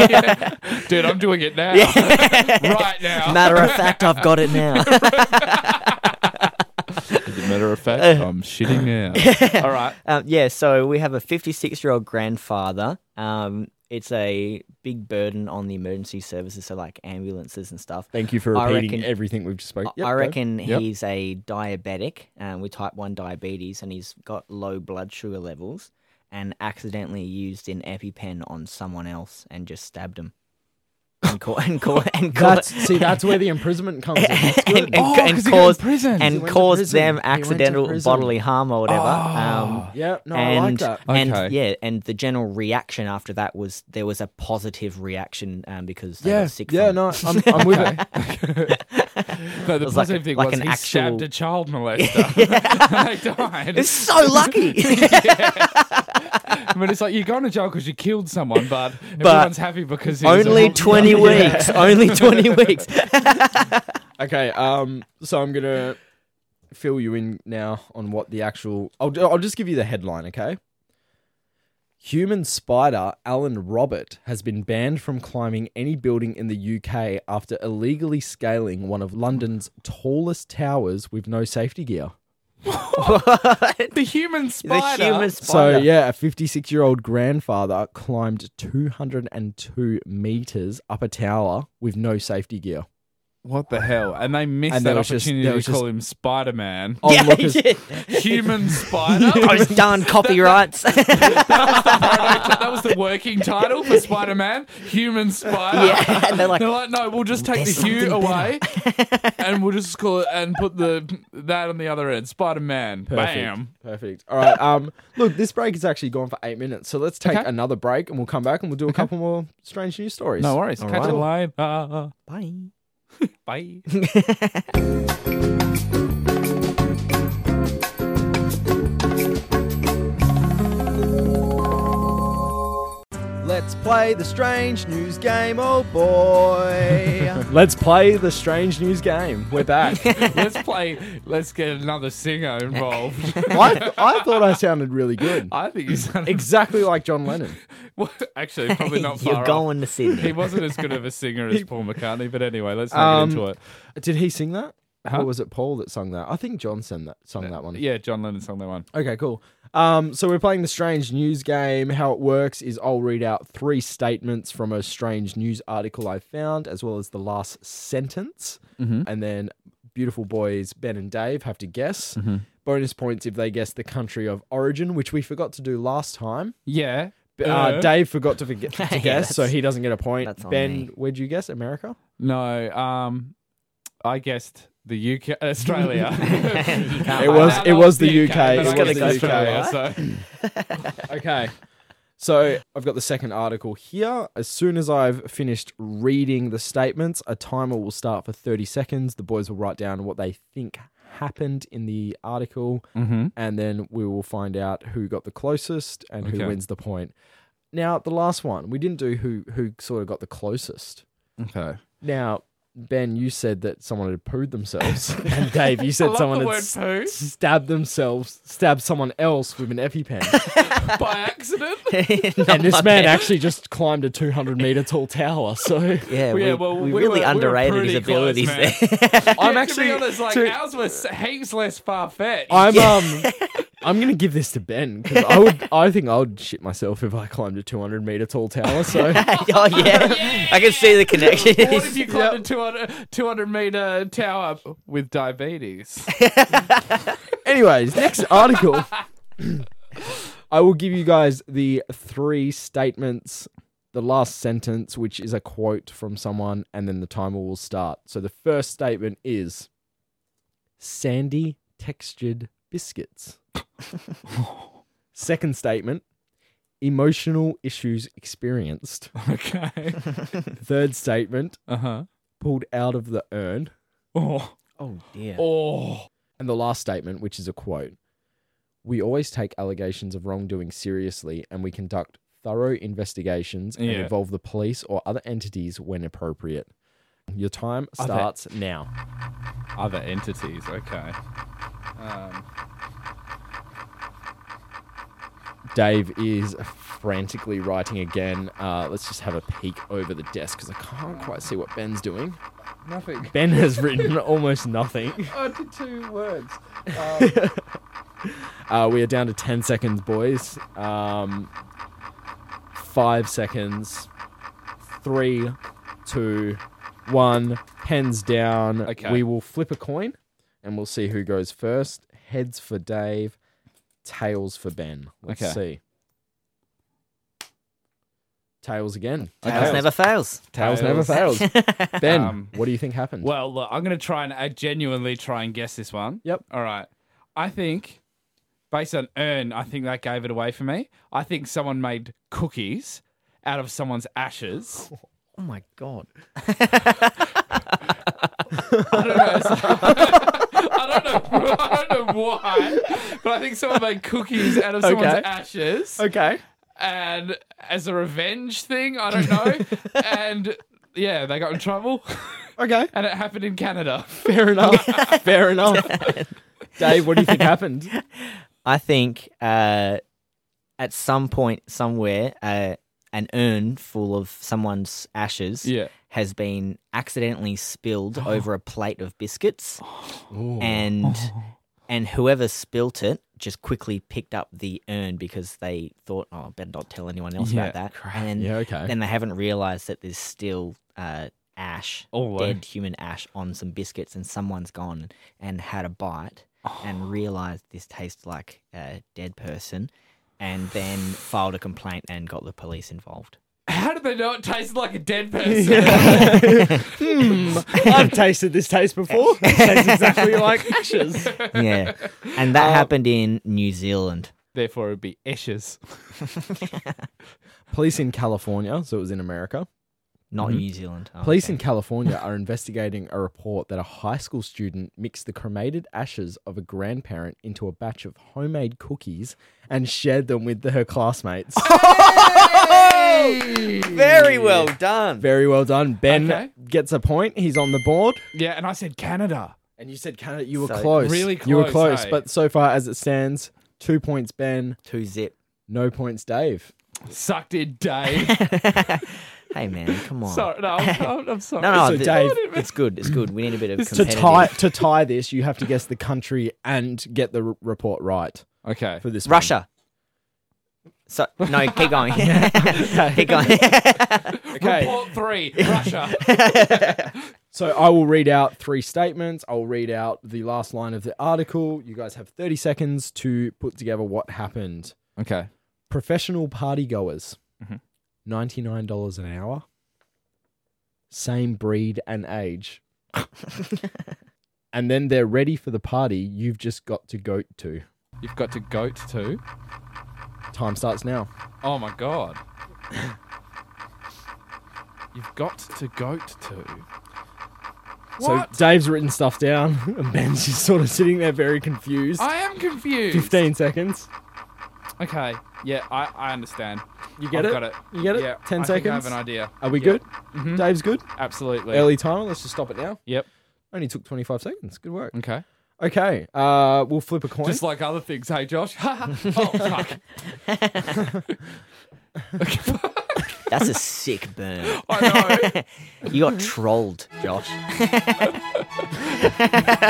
D: Dude, I'm doing it now. right now.
G: matter of fact, I've got it now.
D: As a matter of fact, I'm shitting now. All right.
G: um, Uh, yeah, so we have a 56 year old grandfather. Um, it's a big burden on the emergency services, so like ambulances and stuff.
E: Thank you for
G: I
E: repeating
G: reckon-
E: everything we've just spoken.
G: I- I reckon he's a diabetic um, with type 1 diabetes and he's got low blood sugar levels and accidentally used an EpiPen on someone else and just stabbed him. And call, and call, and call,
E: That's see, that's where the imprisonment comes in. That's
G: and,
E: good.
G: and,
D: Oh, 'cause
G: and
D: he got in
G: caused
D: prison. He
G: and
E: went to
G: caused
E: prison.
G: them
E: He went to
G: accidental
E: prison.
G: bodily harm or whatever. Um,
E: yeah, no,
G: and,
E: I like that.
G: and
D: Okay.
G: yeah, and the general reaction after that was there was a positive reaction um, because they
E: Yeah,
G: got sick.
E: yeah,
G: from it.
E: no, I'm, I'm with it.
D: No, the
G: was like
D: positive
G: a-
D: thing
G: like
D: was
G: an
D: he stabbed
G: actual-
D: a child molester. they died.
G: It's so lucky.
D: I mean, it's like you're going to jail because you killed someone, but,
G: But
D: everyone's happy because he was a
G: Only
D: monster.
G: 20 weeks. Only 20 weeks.
E: Okay, um, so I'm gonna fill you in now on what the actual. I'll ju- I'll just give you the headline, okay? Human spider Alan Robert has been banned from climbing any building in the UK after illegally scaling one of London's tallest towers with no safety gear.
D: The human
G: The
D: spider.
G: human
E: So
G: spider.
E: yeah, a 56 year old grandfather climbed 202 meters up a tower with no safety gear.
D: What the hell? And they missed
E: And
D: that
E: there was just-
D: opportunity
E: there
D: to
E: was just-
D: call him Spider Man.
E: Onlookers-
G: yeah.
D: Human spider?
G: Those darn copyrights.
D: that was the working title for Spider Man. Human spider.
G: Yeah, and they're like,
D: no, we'll just take
G: "There's
D: the hue
G: something
D: away and we'll just call it and put the that on the other end. Spider Man.
E: Perfect.
D: Bam.
E: Perfect. All right. Um, look, this break has actually gone for eight minutes, so let's take
D: Okay.
E: another break and we'll come back and we'll do a couple more strange news stories.
D: No worries.
E: All
D: Catch
E: right.
D: you later. Uh,
G: Bye.
D: bye.
E: Let's play the strange news game, oh boy. let's play the strange news game. We're back.
D: let's play. Let's get another singer involved.
E: I, I thought I sounded really good,
D: I think you sounded.
E: exactly like John Lennon.
D: Well, actually, probably not far
G: You're
D: off.
G: going to
D: He
G: Sydney.
D: wasn't as good of a singer as Paul McCartney, but anyway, let's not
E: Um,
D: get into it.
E: Did he sing that?
D: Huh?
E: Or was it Paul that sung that? I think John sang that sung that one.
D: Yeah, John Lennon sung that one.
E: Okay, cool. Um, so we're playing the strange news game. How it works is I'll read out three statements from a strange news article I found, as well as the last sentence, and then beautiful boys Ben and Dave have to guess. Bonus points if they guess the country of origin, which we forgot to do last time.
D: Yeah.
E: Uh,
D: Uh,
E: Dave forgot to, forget, to
G: Yeah,
E: guess, so
G: that's-
E: he doesn't get a point.
G: that's on
E: Ben,
G: me.
E: where'd you guess? America.
D: No, um, I guessed the UK, Australia. it
E: was- it was the UK,
D: but
E: it
D: I
E: was
D: guessed
E: the UK.
D: Australia, so-
E: Okay. So I've got the second article here. As soon as I've finished reading the statements, a timer will start for 30 seconds. The boys will write down what they think happened in the article,
D: Mm-hmm.
E: and then we will find out who got the closest and
D: Okay.
E: who wins the point. Now, the last one, we didn't do who who sort of got the closest.
D: Okay.
E: Now, Ben, you said that someone had pooed themselves, and Dave, you said
D: love
E: someone
D: the
E: had
D: word
E: s-
D: poo.
E: stabbed themselves, stabbed someone else with an EpiPen,
D: by accident.
E: and this man actually just climbed a 200 meter tall tower. So
G: Yeah,
D: Yeah,
G: we,
D: well,
G: we
D: we
G: really
D: were- we were
G: underrated his
D: pretty close,
G: abilities
D: man.
G: there.
E: I'm
D: Yeah,
E: actually
D: to be honest, like
E: to-
D: ours was heaps less far fetched.
E: I'm um I'm gonna give this to Ben because I would I think I would shit myself if I climbed a 200 meter tall tower. So
G: oh yeah. I can see the connection.
D: What if you climbed a 200, 200 meter tower with diabetes?
E: Anyways, next article. I will give you guys the three statements, the last sentence, which is a quote from someone, and then the timer will start. So the first statement is sandy textured biscuits. Second statement emotional issues experienced.
D: okay.
E: Third statement
D: Uh huh.
E: pulled out of the urn.
D: Oh.
G: oh dear.
D: Oh.
E: And the last statement, which is a quote We always take allegations of wrongdoing seriously and we conduct thorough investigations and
D: Yeah.
E: involve the police or other entities when appropriate. Your time
D: Other-
E: starts now.
D: Other entities. Okay. Um,
E: Dave is frantically writing again. Uh, let's just have a peek over the desk because I can't quite see what Ben's doing.
D: nothing.
E: Ben has written almost nothing.
D: I did two words.
E: Uh, we are down to 10 seconds, boys. Um, five seconds. Three, two, one. Pens down.
D: Okay.
E: We will flip a coin and we'll see who goes first. Heads for Dave, tails for Ben. Let's
D: Okay.
E: see. Tails again.
G: Tails never fails.
E: Tails, never fails. ben,
D: Um,
E: what do you think happened?
D: Well, look, I'm going to try and I genuinely try and guess this one.
E: Yep.
D: All right. I think, based on urn, I think that gave it away for me. I think someone made cookies out of someone's ashes.
G: Oh my god.
D: I don't know. I don't know. I don't know why, but I think someone made cookies out of someone's
E: Okay.
D: ashes,
E: okay.
D: and as a revenge thing, I don't know. and yeah, they got in trouble,
E: Okay.
D: and it happened in Canada.
E: Fair enough. Fair enough. Dave, what do you think happened?
G: I think uh, at some point somewhere uh, an urn full of someone's ashes
D: Yeah.
G: has been accidentally spilled
E: Oh.
G: over a plate of biscuits, and and whoever spilt it just quickly picked up the urn because they thought, oh, I better not tell anyone else
D: Yeah,
G: about that, and then,
E: Yeah, okay.
G: then they haven't realised that there's still. Uh, Ash,
E: Oh,
D: All over.
G: dead human ash on some biscuits, and someone's gone and had a bite and realized this tastes like a dead person and then filed a complaint and got the police involved.
D: How did they know it tasted like a dead person?
E: I've tasted this taste before. It tastes exactly like ashes.
G: Yeah. And that happened in New Zealand.
D: Therefore, it would be ashes.
E: Police in California, so it was in America.
G: Not New Zealand. Oh,
E: Police
G: okay.
E: in California are investigating a report that a high school student mixed the cremated ashes of a grandparent into a batch of homemade cookies and shared them with her classmates.
G: Very well done.
E: Very well done. Ben
D: Okay.
E: gets a point. He's on the board.
D: Yeah, and I said Canada.
E: And you said Canada, you were
G: So-
E: close.
D: Really
E: You were
D: close,
E: close,
D: eh?
E: but so far as it stands, two points Ben,
G: Two zip.
E: no points Dave.
D: Sucked in Dave.
G: Hey, man, come on.
D: sorry, no, I'm, I'm- I'm sorry.
G: No, no,
E: So,
G: th-
E: Dave-
G: it's good. It's good. We need a bit of
E: to tie
G: competitive.
E: to tie this, you have to guess the country and get the r- report right
D: Okay.
E: for this. one.
G: Russia. So, no, keep going. keep going.
E: Okay,
D: Port three, Russia.
E: so I will read out three statements. I'll read out the last line of the article. You guys have thirty seconds to put together what happened.
D: okay.
E: Professional party goers,
D: Mm-hmm.
E: nine dollars an hour. Same breed and age. and then they're ready for the party. You've just got to go to.
D: You've got to goat too.
E: Time starts now.
D: Oh my god. You've got to goat too. What?
E: So Dave's written stuff down, and Ben's just sort of sitting there very confused.
D: I am confused.
E: 15 seconds.
D: Okay. Yeah, I, I understand.
E: You get
D: I've
E: it?
D: got it.
E: You get it?
D: Yeah,
E: 10
D: I
E: seconds?
D: think I have an idea.
E: Are we
D: Yeah,
E: good? Dave's good.
D: Absolutely.
E: Early timer. Let's just stop it now.
D: Yep.
E: Only took 25 seconds. Good work.
D: Okay.
E: Okay. Uh, we'll flip a coin.
D: Just like other things. Hey, Josh. oh, fuck.
G: That's a sick burn.
D: I know.
G: You got trolled, Josh.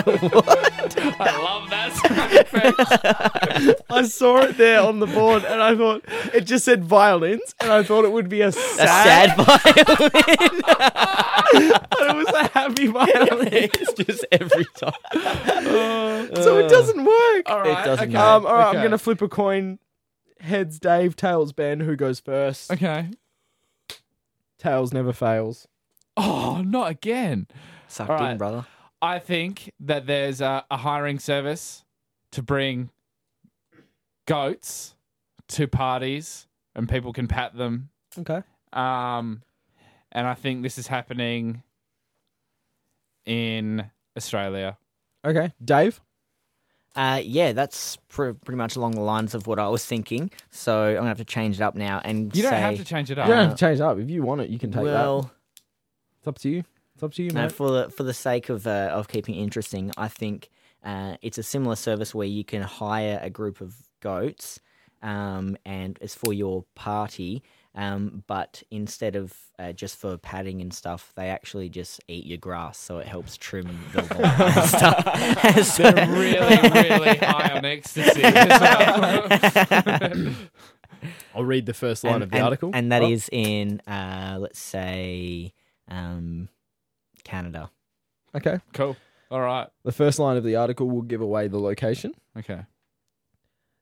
D: I love that sound effect.
E: I saw it there on the board and I thought it just said violins and I thought it would be a
G: A
E: sad,
G: sad violin.
E: but it was a happy violin.
G: it's just every time.
E: so it doesn't work.
D: All right.
G: doesn't
D: okay.
G: matter.
E: Um, all right,
D: okay.
E: I'm gonna flip a coin. Heads, Dave. Tails, Ben. Who goes first?
D: Okay.
E: Tails never fails.
D: Oh, not again.
G: Sucked
D: All right.
G: in, brother.
D: I think that there's a, a hiring service to bring goats to parties and people can pat them.
E: Okay.
D: Um, and I think this is happening in Australia.
E: Okay. Dave.
G: Uh, yeah, that's pr- pretty much along the lines of what I was thinking. So I'm gonna have to change it up now and
D: You
G: say,
D: don't have to change it up.
E: You don't have to change it up. If you want it, you can take
G: Uh, well,
E: that. It's up to you. It's up to you,
G: No,
E: man.
G: for the for the sake of uh, of keeping it interesting, I think uh, it's a similar service where you can hire a group of goats, um, and it's for your party. Um, but instead of uh, just for padding and stuff, they actually just eat your grass, so it helps trim the lawn and stuff. So-
D: Really, really high on ecstasy. as well.
E: I'll read the first
G: and, and- and that is in uh, let's say um, Canada.
E: okay.
D: cool. All right.
E: The first line of the article will give away the location.
D: Okay.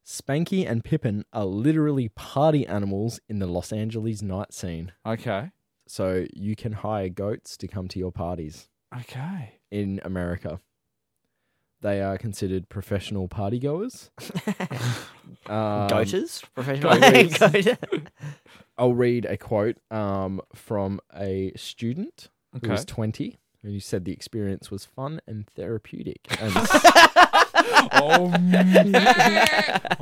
E: Spanky and Pippin are literally party animals in the Los Angeles night scene.
D: Okay.
E: So you can hire goats to come to your parties
D: Okay.
E: in America. They are considered professional party goers. um,
G: Goaters, professional
E: goaters.
G: goat-
E: I'll read a quote um, from a student who
D: Okay.
E: was 20 and who said the experience was fun and therapeutic. And
D: oh. mm. oh.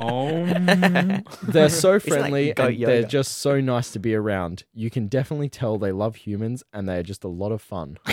D: mm.
E: they're so
G: like
E: friendly
G: goat
E: and they're
G: yoga.
E: just so nice to be around. You can definitely tell they love humans and they are just a lot of fun.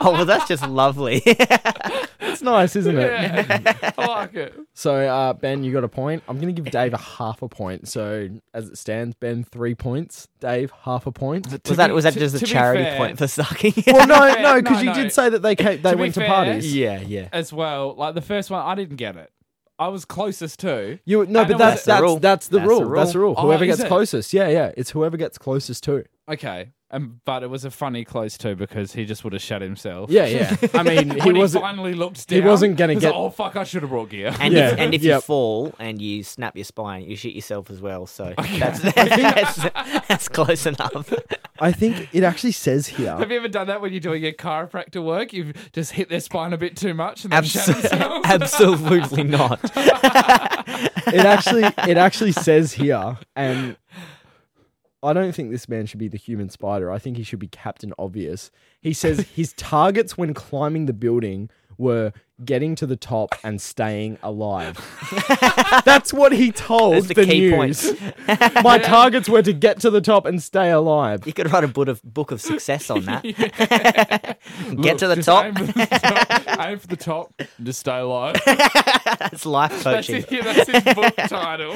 G: oh well, that's just lovely.
E: It's nice, isn't it?
D: Yeah. I like it.
E: So, uh, Ben, you got a point. I'm going to give Dave a half a point. So, as it stands, Ben, three points. Dave, half a point.
G: Was that was that just a
D: to be
G: charity
D: fair-
G: point for sucking?
E: Well, no,
D: fair-
E: no, because
D: no,
E: you
D: no.
E: did say that they came, they
D: To be
E: went to
D: fair-
E: parties.
G: yeah, yeah.
D: As well, like the first one, I didn't get it. I was closest to.
E: You no,
D: I know
E: but that's
D: that-
E: that's
G: rule.
E: that's the
G: That's
E: rule.
G: the
E: That's the rule.
D: Oh,
E: Whoever
D: is
E: gets
D: it?
E: closest. Yeah, yeah. It's whoever gets closest to.
D: Okay. Um, but it was a funny close to because he just would have shut himself.
E: Yeah, yeah. I mean, he
D: When he,
E: wasn't.
D: finally looked
E: he
D: down,
E: wasn't gonna
D: he's
E: get-
D: like, oh fuck! I should have brought gear.
G: And
E: Yeah.
G: if, and if you
E: Yep.
G: fall and you snap your spine, you shit yourself as well. So that's, that's that's close enough.
E: I think it actually says
D: Have
E: here.
D: you ever done that when you're doing your chiropractor work? You've just hit their spine a bit too much and they shut
G: Abso-
D: themselves.
G: absolutely not.
E: It actually it actually says here, and I don't think this man should be the human spider. I think he should be Captain Obvious. He says his targets when climbing the building were getting to the top and staying alive. That's what he told
G: That's the
E: the,
G: key point.
E: news. My targets were to get to the top and stay alive.
G: You could write a book of book of success on that. Get
D: Look,
G: to the
D: just
G: top.
D: Aim for the top. aim for the top and just stay alive.
G: That's life
D: That's
G: coaching.
D: his, yeah, that's his book title.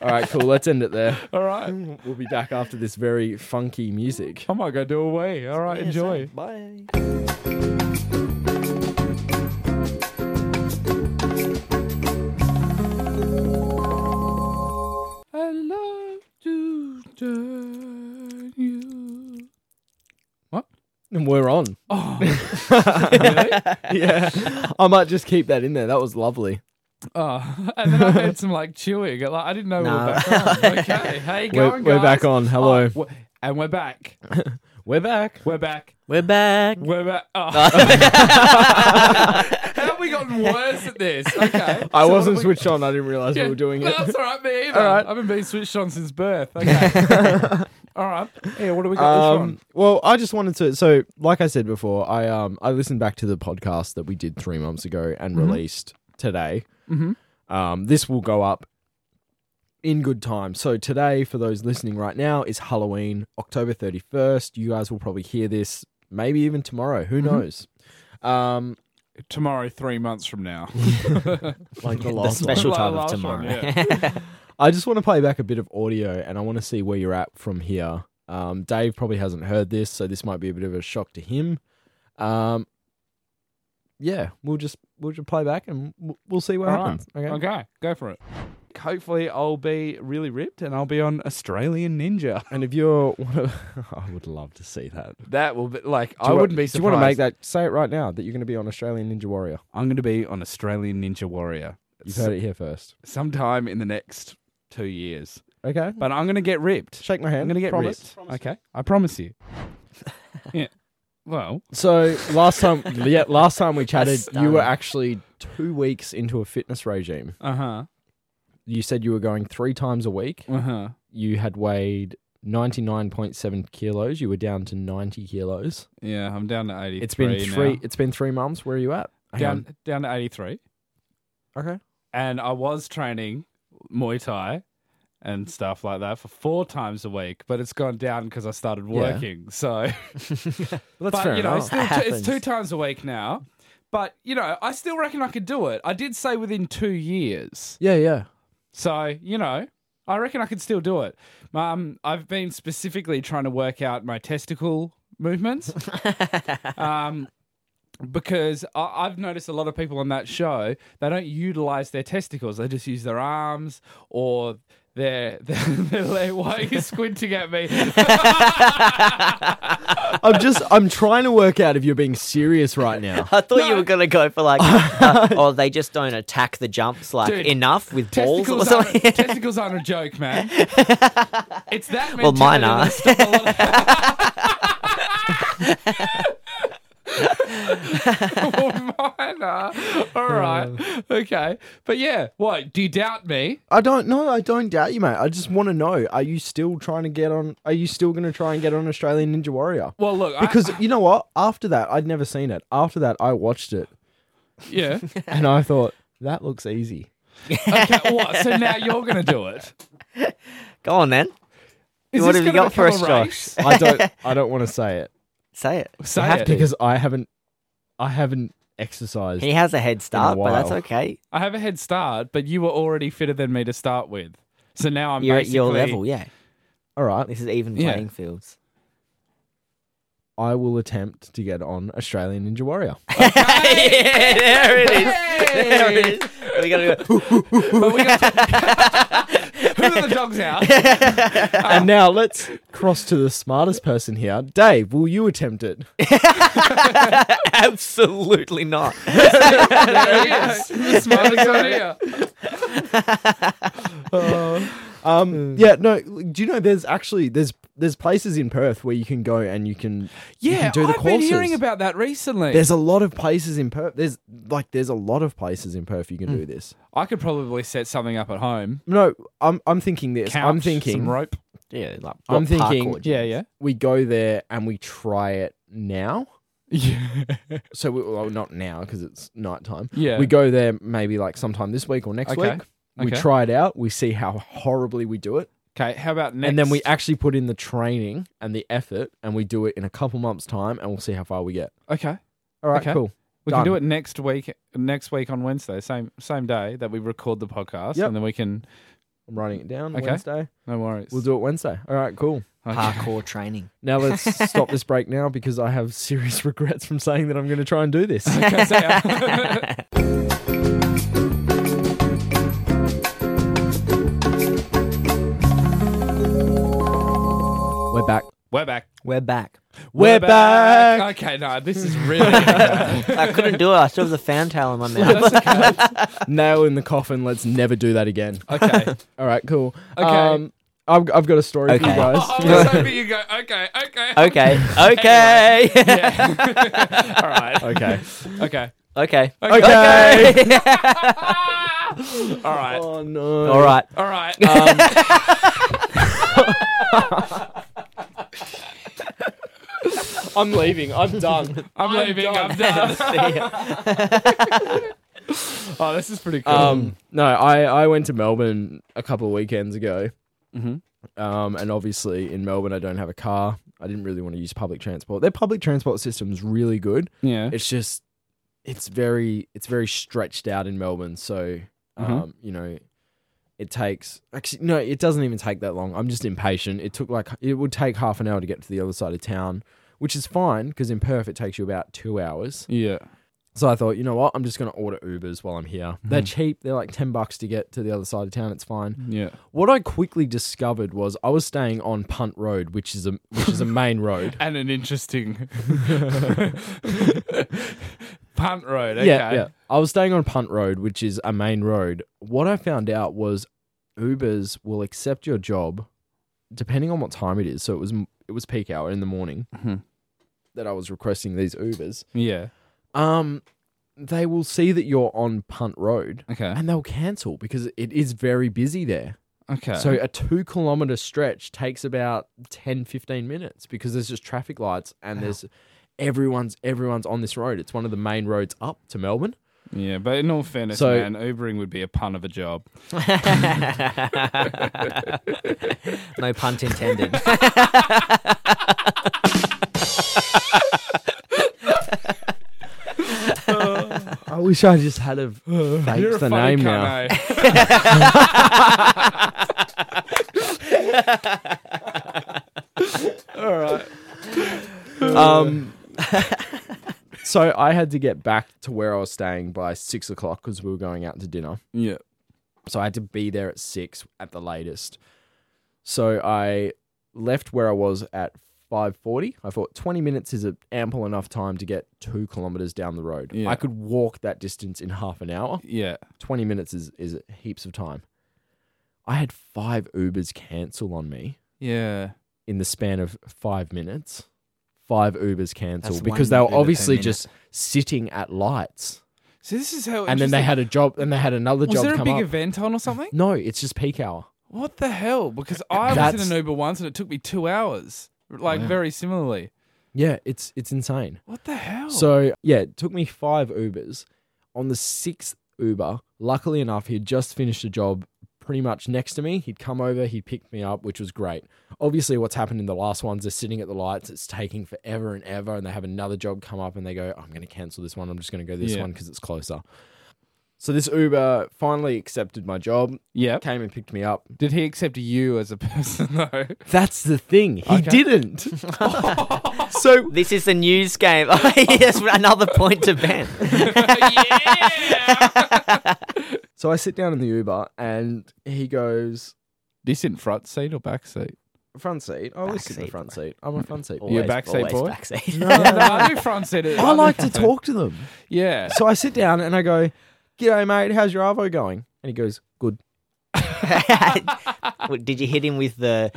E: All right, cool. Let's end it there.
D: All right.
E: We'll be back after this very funky music.
D: I might go do away. All right, enjoy.
G: Bye.
D: I love to turn you.
E: And we're on.
D: Oh,
E: Yeah. I might just keep that in there. That was lovely.
D: oh. and then I heard some like chewing. Like I didn't know we
G: No.
D: were back on. Okay, how you
E: We're,
D: going,
E: we're
D: guys?
E: back on. Hello.
D: Oh, w- and we're back.
E: We're back.
D: We're back.
G: We're back.
D: We're back. Oh. How have we gotten worse at this? Okay.
E: I
D: So what
E: wasn't
D: have we-
E: switched on. I didn't realize we were doing
D: No,
E: it.
D: That's all right, me either.
E: All right.
D: I haven't been switched on since birth. Okay. all right. Yeah, what do we got this
E: Um,
D: one?
E: well, I just wanted to. So, like I said before, I um I listened back to the podcast that we did three months ago and released today.
D: Mhm.
E: Um, this will go up in good time. So today, for those listening right now, is Halloween, October 31st. You guys will probably hear this maybe even tomorrow. Who knows? Um,
D: Tomorrow, three months from now.
E: like the
G: the
E: last one.
G: special
D: Like
G: time of
D: last
G: tomorrow.
D: one,
E: I just want to play back a bit of audio and I want to see where you're at from here. Um, Dave probably hasn't heard this, so this might be a bit of a shock to him. Um, yeah, we'll just we'll just play back and we'll- we'll see what
D: All
E: happens. Okay.
D: Okay, go for it. Hopefully, I'll be really ripped and I'll be on Australian Ninja.
E: And if you're one of, I would love to see that.
D: That will be like
E: Do
D: I
E: you wa-
D: wouldn't be surprised.
E: Do you want to make that? Say it right now that you're going to be on Australian Ninja Warrior.
D: I'm going to be on Australian Ninja Warrior
E: You've heard it here first.
D: sometime in the next two years.
E: Okay,
D: But I'm going to get ripped.
E: shake my hand.
D: I'm going to get
E: Promise.
D: ripped. Okay, I promise you. yeah. Well,
E: So last time, yeah, last time we chatted, you
G: stunning.
E: were actually two weeks into a fitness regime.
D: uh huh,
E: You said you were going three times a week.
D: uh huh.
E: You had weighed. 99.7 kilos you were down to 90 kilos
D: Yeah, I'm down to 83.
E: it's been three
D: now.
E: it's been three months where are you at Hang
D: down down to 83.
E: on. okay
D: and I was training Muay Thai and stuff like that for four times a week, but it's gone down because I started working. So,
E: well, that's
D: but
E: fair
D: you know, it's
E: enough.
D: still
G: That
D: two, it's two
G: happens.
D: times a week now. But you know, I still reckon I could do it. I did say within two years,
E: yeah yeah
D: so you know, I reckon I could still do it. Um, I've been specifically trying to work out my testicle movements. um, because I, I've noticed a lot of people on that show they don't utilize their testicles; they just use their arms or their their, their leg. Why are you squinting at me?
E: i'm just i'm trying to work out if you're being serious right now
G: I thought you
D: No.
G: were gonna go for like, uh, or they just don't attack the jumps like
D: Dude,
G: enough with balls or
D: testicles, aren't,
G: something.
D: testicles aren't a joke, man. It's that.
G: Well, mine
D: mentality
G: are.
D: that's stopped a lot of- Well, mine are. All
G: Uh.
D: right. Okay. But yeah, what? Do you doubt me?
E: I don't know. I don't doubt you, mate. I just want to know: Are you still trying to get on? Are you still going to try and get on Australian Ninja Warrior?
D: Well, look. I-
E: Because you know what? After that, I'd never seen it. After that, I watched it
D: yeah.
E: and I thought that looks easy.
D: Okay, what? So now you're going to do it.
G: Go on then,
D: Is
G: What
D: this
G: have you
D: gonna
G: got for
D: become
G: us,
D: a
G: Josh?
D: race?
E: I don't. I don't want to say it
G: say it.
D: Say it.
E: because I haven't. I haven't exercised.
G: He has a head start, but that's
E: while.
G: okay.
D: I have a head start, but you were already fitter than me to start with. So now I'm
G: You're at
D: basically
G: your level, yeah.
E: All right,
G: This is even
D: Yeah.
G: playing fields.
E: I will attempt to get on Australian Ninja Warrior.
G: yeah, there it is. There it is. We gotta go.
D: But we got Who let the dogs out?
E: and now let's cross to the smartest person here, Dave. Will you attempt it?
G: Absolutely not.
D: There he is. The smartest one here.
E: Um,
D: Mm.
E: yeah, no. Do you know there's actually there's there's places in Perth where you can go and you can you
D: Yeah,
E: can do the
D: I've been
E: courses.
D: hearing about that recently.
E: there's a lot of places in Perth. There's like there's a lot of places in Perth you
D: Mm.
E: can do this.
D: I could probably set something up at home.
E: No, I'm I'm thinking this.
D: Couch,
E: I'm thinking
D: some rope.
G: Yeah, like
E: I'm
G: what
E: thinking-
G: parkour,
D: Yeah, yeah,
E: we go there and we try it now.
D: yeah.
E: So we, well, not now because it's nighttime.
D: Yeah.
E: we go there maybe like sometime this week or next
D: Okay.
E: week. We
D: Okay.
E: try it out. We see how horribly we do it,
D: Okay, how about next?
E: and then we actually put in the training and the effort, and we do it in a couple months' time, and we'll see how far we get.
D: okay.
E: All right,
D: Okay.
E: cool.
D: We
E: Done.
D: can do it next week. Next week on Wednesday, same same day that we record the podcast,
E: Yep.
D: and then we can.
E: I'm writing it down
D: Okay.
E: Wednesday.
D: No worries.
E: We'll do it Wednesday. All right, cool.
G: Parkour training.
E: Now let's stop this break now because I have serious regrets from saying that I'm going to try and do this.
D: Okay, see ya.
E: We're back.
D: We're back.
G: We're back.
E: We're, back.
D: Okay, no, this is really bad.
G: I couldn't do it. I still have the fan towel in my mouth.
D: That's okay.
E: Nail in the coffin. Let's never do that again.
D: okay.
E: All right, cool.
D: Okay.
E: Um, I've, I've got a story for you
G: Okay.
D: Oh, I
E: guys.
D: was hoping you go. Okay, okay,
G: Okay. Okay.
D: All right.
E: okay.
D: Okay.
G: okay.
E: Okay.
D: All right.
E: Oh no.
G: All right.
D: All right. um,
E: I'm leaving. I'm done.
D: I'm leaving. I'm done. Oh, this is pretty cool.
E: Um, no, I, I went to Melbourne a couple of weekends ago.
D: Mhm.
E: Um, and obviously in Melbourne, I don't have a car. I didn't really want to use public transport. Their public transport system's really good.
D: yeah.
E: It's just, it's very, it's very stretched out in Melbourne. So, um,
D: Mhm.
E: you know, it takes actually no, it doesn't even take that long. I'm just impatient. It took like it would take half an hour to get to the other side of town, which is fine because in Perth it takes you about two hours.
D: Yeah.
E: So I thought, you know what? I'm just going to order Ubers while I'm here. They're cheap. They're like 10 bucks to get to the other side of town. It's fine.
D: Yeah.
E: What I quickly discovered was I was staying on Punt Road, which is a which is a main road.
D: And an interesting punt road. Okay.
E: Yeah, yeah. I was staying on Punt Road, which is a main road. What I found out was Ubers will accept your job depending on what time it is. So it was it was peak hour in the morning
D: Mhm.
E: that I was requesting these Ubers.
D: Yeah.
E: Um they will see that you're on Punt Road.
D: Okay.
E: and they'll cancel because it is very busy there.
D: Okay.
E: So a two kilometer stretch takes about 10, 15 minutes because there's just traffic lights and there's everyone's everyone's on this road. It's one of the main roads up to Melbourne.
D: yeah, but in all fairness,
E: So-
D: man, Ubering would be a pun of a job.
G: no punt intended.
E: I wish I just had a thanks the name now. Um So I had to get back to where I was staying by six o'clock because we were going out to dinner.
D: yeah.
E: So I had to be there at six at the latest. So I left where I was at five forty. I thought twenty minutes is a ample enough time to get two kilometers down the road.
D: Yeah.
E: I could walk that distance in half an hour.
D: Yeah.
E: Twenty minutes is is heaps of time. I had five Ubers cancel on me
D: Yeah.
E: in the span of five minutes. Five Ubers cancel
G: That's
E: because
G: one
E: they were
G: Uber per
E: obviously
G: minute.
E: just sitting at lights,
D: So this is how.
E: and then they
D: Oh, interesting-
E: had a job, and they had another
D: Was
E: job
D: there a
E: come
D: big
E: up.
D: event on or something?
E: No, it's just peak hour.
D: What the hell? Because I was
E: That's-
D: in an Uber once and it took me two hours. Like very similarly.
E: Yeah, it's it's insane.
D: What the hell?
E: So yeah, it took me five Ubers. On the sixth Uber, luckily enough, he'd just finished a job pretty much next to me. He'd come over, he picked me up, which was great. Obviously, what's happened in the last ones, they're sitting at the lights, it's taking forever and ever, and they have another job come up and they go, I'm gonna cancel this one, I'm just gonna go this
D: Yeah.
E: one because it's closer. So this Uber finally accepted my job,
D: yeah.
E: came and picked me up.
D: Did he accept you as a person though?
E: That's the thing. He
D: Okay.
E: didn't. so
G: this is the news game. Oh, yes, another point to Ben.
E: so I sit down in the Uber and he goes,
D: This in front seat or back seat?
E: front seat. I always
G: Back
E: sit in the
G: seat,
E: front seat. I'm a front seat.
G: Always-
D: back seat
G: always
D: boy?
G: back seat.
D: I do front seat.
E: I like to talk to them.
D: Yeah.
E: So I sit down and I go, G'day, mate. How's your Arvo going? And he goes, Good.
G: Well, Did you hit him with the?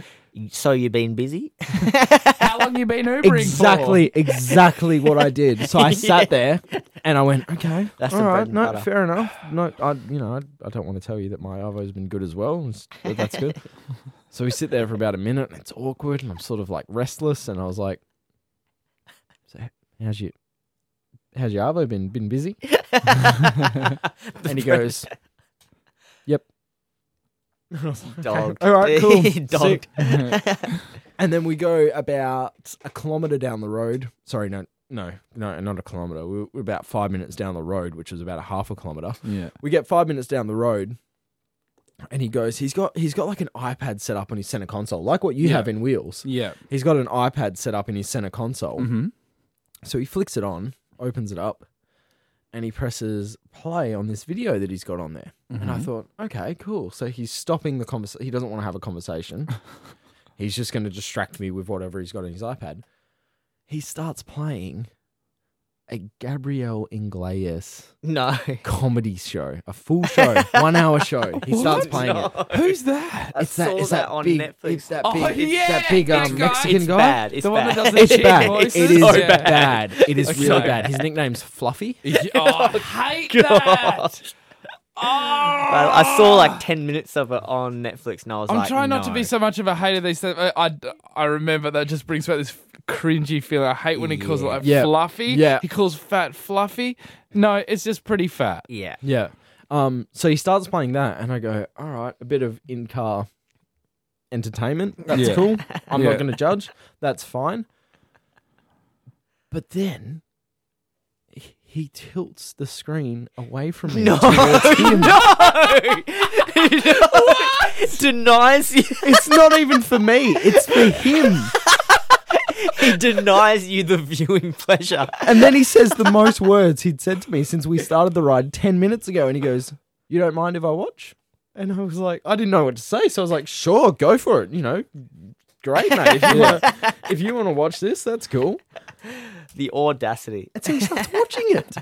G: So you've been busy.
D: How long you been Ubering for?
E: Exactly, exactly what I did. So I sat there and I went, Okay.
G: That's
E: all
G: the bread
E: right.
G: and
E: No,
G: butter."
E: fair enough. No, I, you know, I, I don't want to tell you that my Arvo's been good as well. It's- but That's good. so we sit there for about a minute and it's awkward and I'm sort of like restless and I was like, So how's your, how's your Arvo been? Been busy? and he goes, "Yep."
G: Dogged.
E: All right, cool.
G: Dogged.
E: And then we go about a kilometer down the road. Sorry, no, no, no, not a kilometer. We we're about five minutes down the road, which is about a half a kilometer.
D: Yeah.
E: We get five minutes down the road, and he goes, "He's got, he's got like an iPad set up on his center console, like what you
D: Yeah.
E: have in Wheels.
D: Yeah.
E: He's got an iPad set up in his center console."
D: Mm-hmm.
E: So he flicks it on, opens it up, and he presses play on this video that he's got on there. And I
G: Mm-hmm.
E: thought, okay, cool. So he's stopping the conversation. He doesn't want to have a conversation. he's just going to distract me with whatever he's got on his iPad. He starts playing a Gabrielle Inglés
G: No.
E: comedy show, a full show, one hour show. He starts playing it.
D: Who's that?
G: I
E: It's that,
G: saw
E: it's
G: that
E: that
G: on
E: big,
G: Netflix.
E: It's that
D: Oh,
E: big, it's
D: yeah,
E: that big
D: that
E: um,
D: guy.
E: Mexican
G: it's
E: guy.
G: bad. It's
D: the one
G: bad.
D: that does the
E: It's
D: chick
E: bad.
D: voices?
E: It is
D: So
E: bad. It is
D: Okay.
E: really bad. His nickname's Fluffy.
D: Yeah, oh, I hate that.
G: But I saw like 10 minutes of it on Netflix and I was
D: I'm
G: like,
D: trying not to
G: "No."
D: be so much of a hater. These things. I, I I remember that just brings about this cringy feeling. I hate when he calls it like
E: Yeah.
D: fluffy.
E: Yeah.
D: he calls fat fluffy. No, it's just pretty fat.
G: Yeah.
E: Yeah. Um, so he starts playing that, and I go, all right, a bit of in car entertainment. That's
D: Yeah.
E: cool. I'm
D: Yeah.
E: not going to judge. That's fine. But then he- he tilts the screen away from me. towards him.
G: denies you,
E: It's not even for me, it's for him.
G: he denies you the viewing pleasure.
E: And then he says the most words he'd said to me since we started the ride 10 minutes ago. And he goes, You don't mind if I watch? And I was like, I didn't know what to say. So I was like, Sure, go for it. You know, great, mate. If you wanna- If you want to watch this, that's cool.
G: The audacity.
E: And so he starts watching it.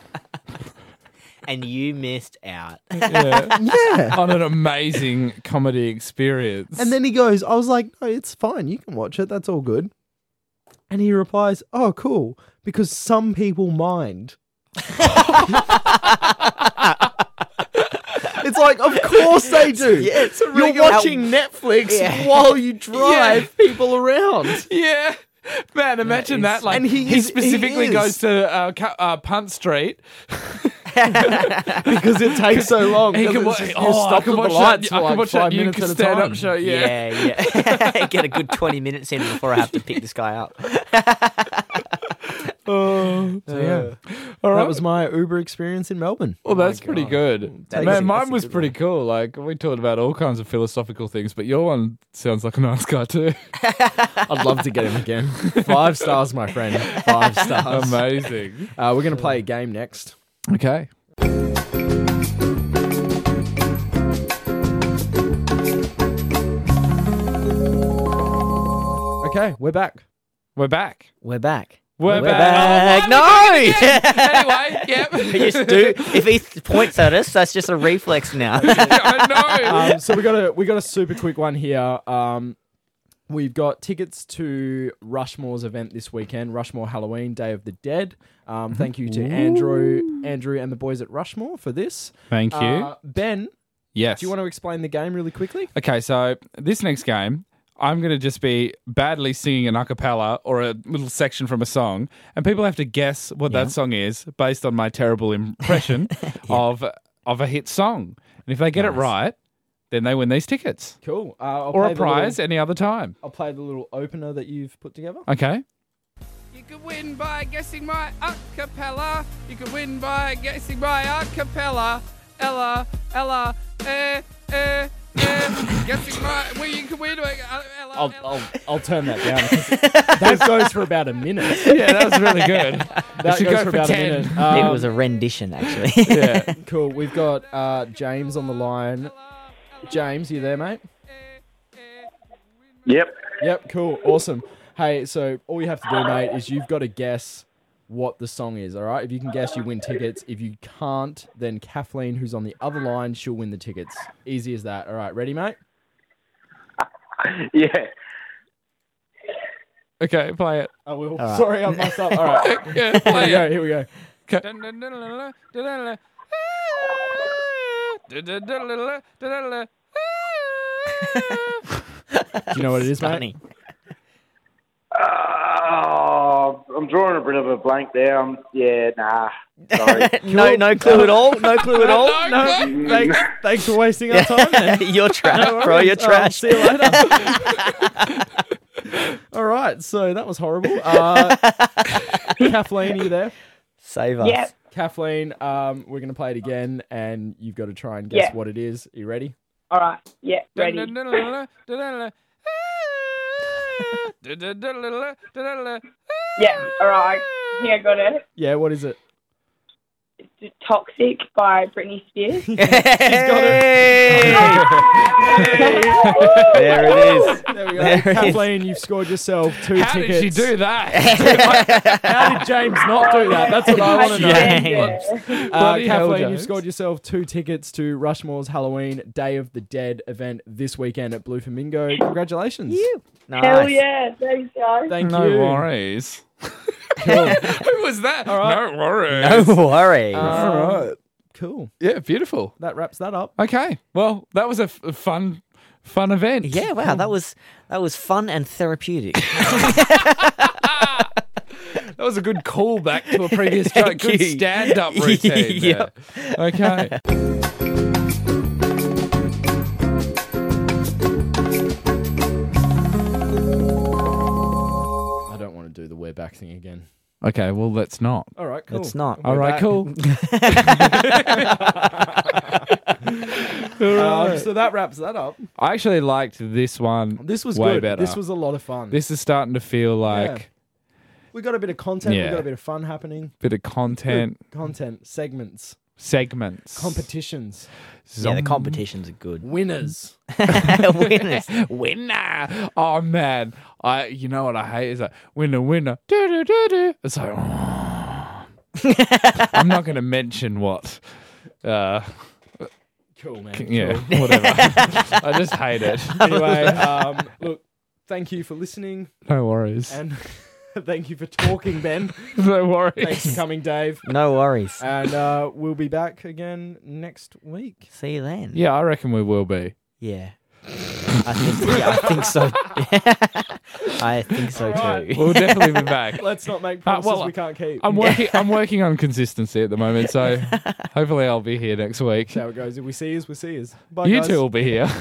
G: And you missed out.
E: Yeah.
D: On an amazing comedy experience.
E: And then he goes, I was like, No, it's fine. You can watch it. That's all good. And he replies, Oh, cool. Because some people mind. it's like, of course they do.
G: Yeah, it's a
E: You're
G: regular-
E: watching Netflix
G: Yeah.
E: while you drive people around.
D: Yeah. Man, imagine that.
G: That is-
D: Like
E: And he
D: he
E: is- he
D: specifically
E: is.
D: goes to uh, Ca- uh, Punt Street.
E: Because it takes so long.
D: He can
E: Because
D: wa-
E: it's just- you
D: oh, I
E: stop
D: can
E: at the
D: watch that.
E: lights for
D: I can
E: like
D: watch
E: five
D: that. You
E: minutes
D: can
E: at a
D: stand up
E: time.
D: show. Yeah.
G: yeah. yeah. Get a good 20 minutes in before I have to pick this guy up.
E: So, yeah.
D: All right.
E: That was my Uber experience in Melbourne.
G: Oh
D: well, Oh, that's pretty good.
G: That is a-
D: Man, mine
G: that's a
D: was
G: good
D: pretty cool. Like we talked about all kinds of philosophical things, but your one sounds like a nice guy too.
E: I'd love to get him again. Five stars, my friend. Five stars.
D: amazing.
E: Uh, we're going to play a game next.
D: Okay.
E: Okay, we're back.
D: We're back.
G: We're back.
D: We're,
G: back.
D: Oh,
G: No!
D: anyway, yep.
G: You just do. If he th- points at us, that's just a reflex now.
D: I know.
E: Um, so we got a we got a super quick one here. Um, we've got tickets to Rushmore's event this weekend, Rushmore Halloween Day of the Dead. Um, thank you to Andrew, Andrew, and the boys at Rushmore for this.
D: Thank you.
E: Uh, ben,
D: yes.
E: do you want to explain the game really quickly?
D: Okay, so this next game, I'm going to just be badly singing an a cappella or a little section from a song, and people have to guess what that song is based on my terrible impression of of a hit song. And if they get it right, then they win these tickets
E: Cool. Uh, I'll
D: or
E: play
D: a
E: the little-
D: prize any other time.
E: I'll play the little opener that you've put together.
D: Okay.
C: You could win by guessing my a cappella. You could win by guessing my a cappella. Ella, Ella, eh, eh, eh. guessing my. Well, you could win by. Uh, Ella,
E: I'll,
C: Ella.
E: I'll, I'll turn that down. that goes for about a minute.
D: Yeah, that was really good.
E: That
D: should
E: goes
D: go
E: for
D: for
E: about
D: 10.
E: a minute.
G: it
E: Um,
G: was a rendition, actually.
D: yeah.
E: Cool. We've got uh, James on the line. James, you there, mate?
H: Yep.
E: Yep. Cool. Awesome. Hey, so all you have to do, mate, is you've got to guess what the song is. All right. If you can guess, you win tickets. If you can't, then Kathleen, who's on the other line, she'll win the tickets. Easy as that. All right. Ready, mate?
H: Yeah.
D: Okay, play it.
E: I will.
G: right.
E: Sorry, I messed up. All right.
D: Yeah,
E: Here we
D: play it.
E: go. Here we go. Do you know what it is, mate?
G: Funny.
H: Oh, I'm drawing a bit of a blank there. I'm, yeah, nah. Sorry.
G: No, no clue at all. No clue at all. No.
E: Thanks, thanks for wasting our time. Then.
G: You're trash, bro. You're
E: Um,
G: trash.
E: see you later. All right, so that was horrible. Uh, Kathleen, are you there?
G: Save us.
F: Yeah.
E: Kathleen, um, we're going to play it again, and you've got to try and guess
F: Yeah.
E: what it is. Are you ready?
F: All right. Yeah. Ready. Yeah. All right. I think I got it.
E: Yeah, what is it?
F: It's Toxic by Britney Spears.
G: Hey! There it is.
E: There we go.
G: There it is.
E: Kathleen, you've scored yourself two
D: How
E: tickets.
D: did she do that?
E: How did James not do that? That's what I want to know.
G: Yeah.
E: Uh,
D: Bloody hell,
E: Kathleen, you've
D: James.
E: scored yourself two tickets to Rushmore's Halloween Day of the Dead event this weekend at Blue Flamingo. Congratulations.
G: Nice.
F: Hell yeah. Thanks, guys.
E: Thank
D: no
E: you.
D: worries.
E: Cool.
D: Who was that? No worries.
G: No worries.
E: All right. Cool.
D: Yeah, beautiful.
E: That wraps that up.
D: Okay. Well, that was a f- a fun, fun event.
G: Yeah, wow, that was that was fun and therapeutic.
D: That was a good callback to a previous joke.
G: Thank
D: Good
G: you.
D: stand up routine. there.
G: Yep.
D: Okay.
E: I don't want to do the we're back thing again.
D: Okay, well, let's not.
E: All right, cool.
G: Let's not.
D: All right,
E: back.
D: cool.
E: Um, so that wraps that up.
D: I actually liked this one.
E: This was
D: way
E: good.
D: better.
E: This was a lot of fun.
D: This is starting to feel like
E: Yeah. we got a bit of content.
D: Yeah.
E: We got a bit of fun happening.
D: bit of content
E: Content segments,
D: segments.
E: competitions,
G: Yeah, the competitions are good.
E: winners.
G: Winners.
D: winner. Oh man, I you know what I hate is that winner winner. Do do do do. It's like I'm not going to mention what. Uh,
E: Cool, man.
D: yeah, whatever. I just hate it.
E: Anyway, um, look, thank you for listening
D: No worries.
E: and thank you for talking, Ben.
D: No worries.
E: Thanks for coming, Dave.
G: No worries.
E: And uh, we'll be back again next week.
G: See you then.
D: Yeah, I reckon we will be.
G: Yeah. I think, yeah, I think so. I think so
E: Alright.
G: too.
D: We'll definitely be back.
E: Let's not make
D: Uh,
E: promises
D: well,
E: we can't keep.
D: I'm working. I'm working on consistency at the moment, so hopefully I'll be here next week.
E: That's how it goes. If we see us, we see us. Bye,
D: you
E: guys.
D: two will be here.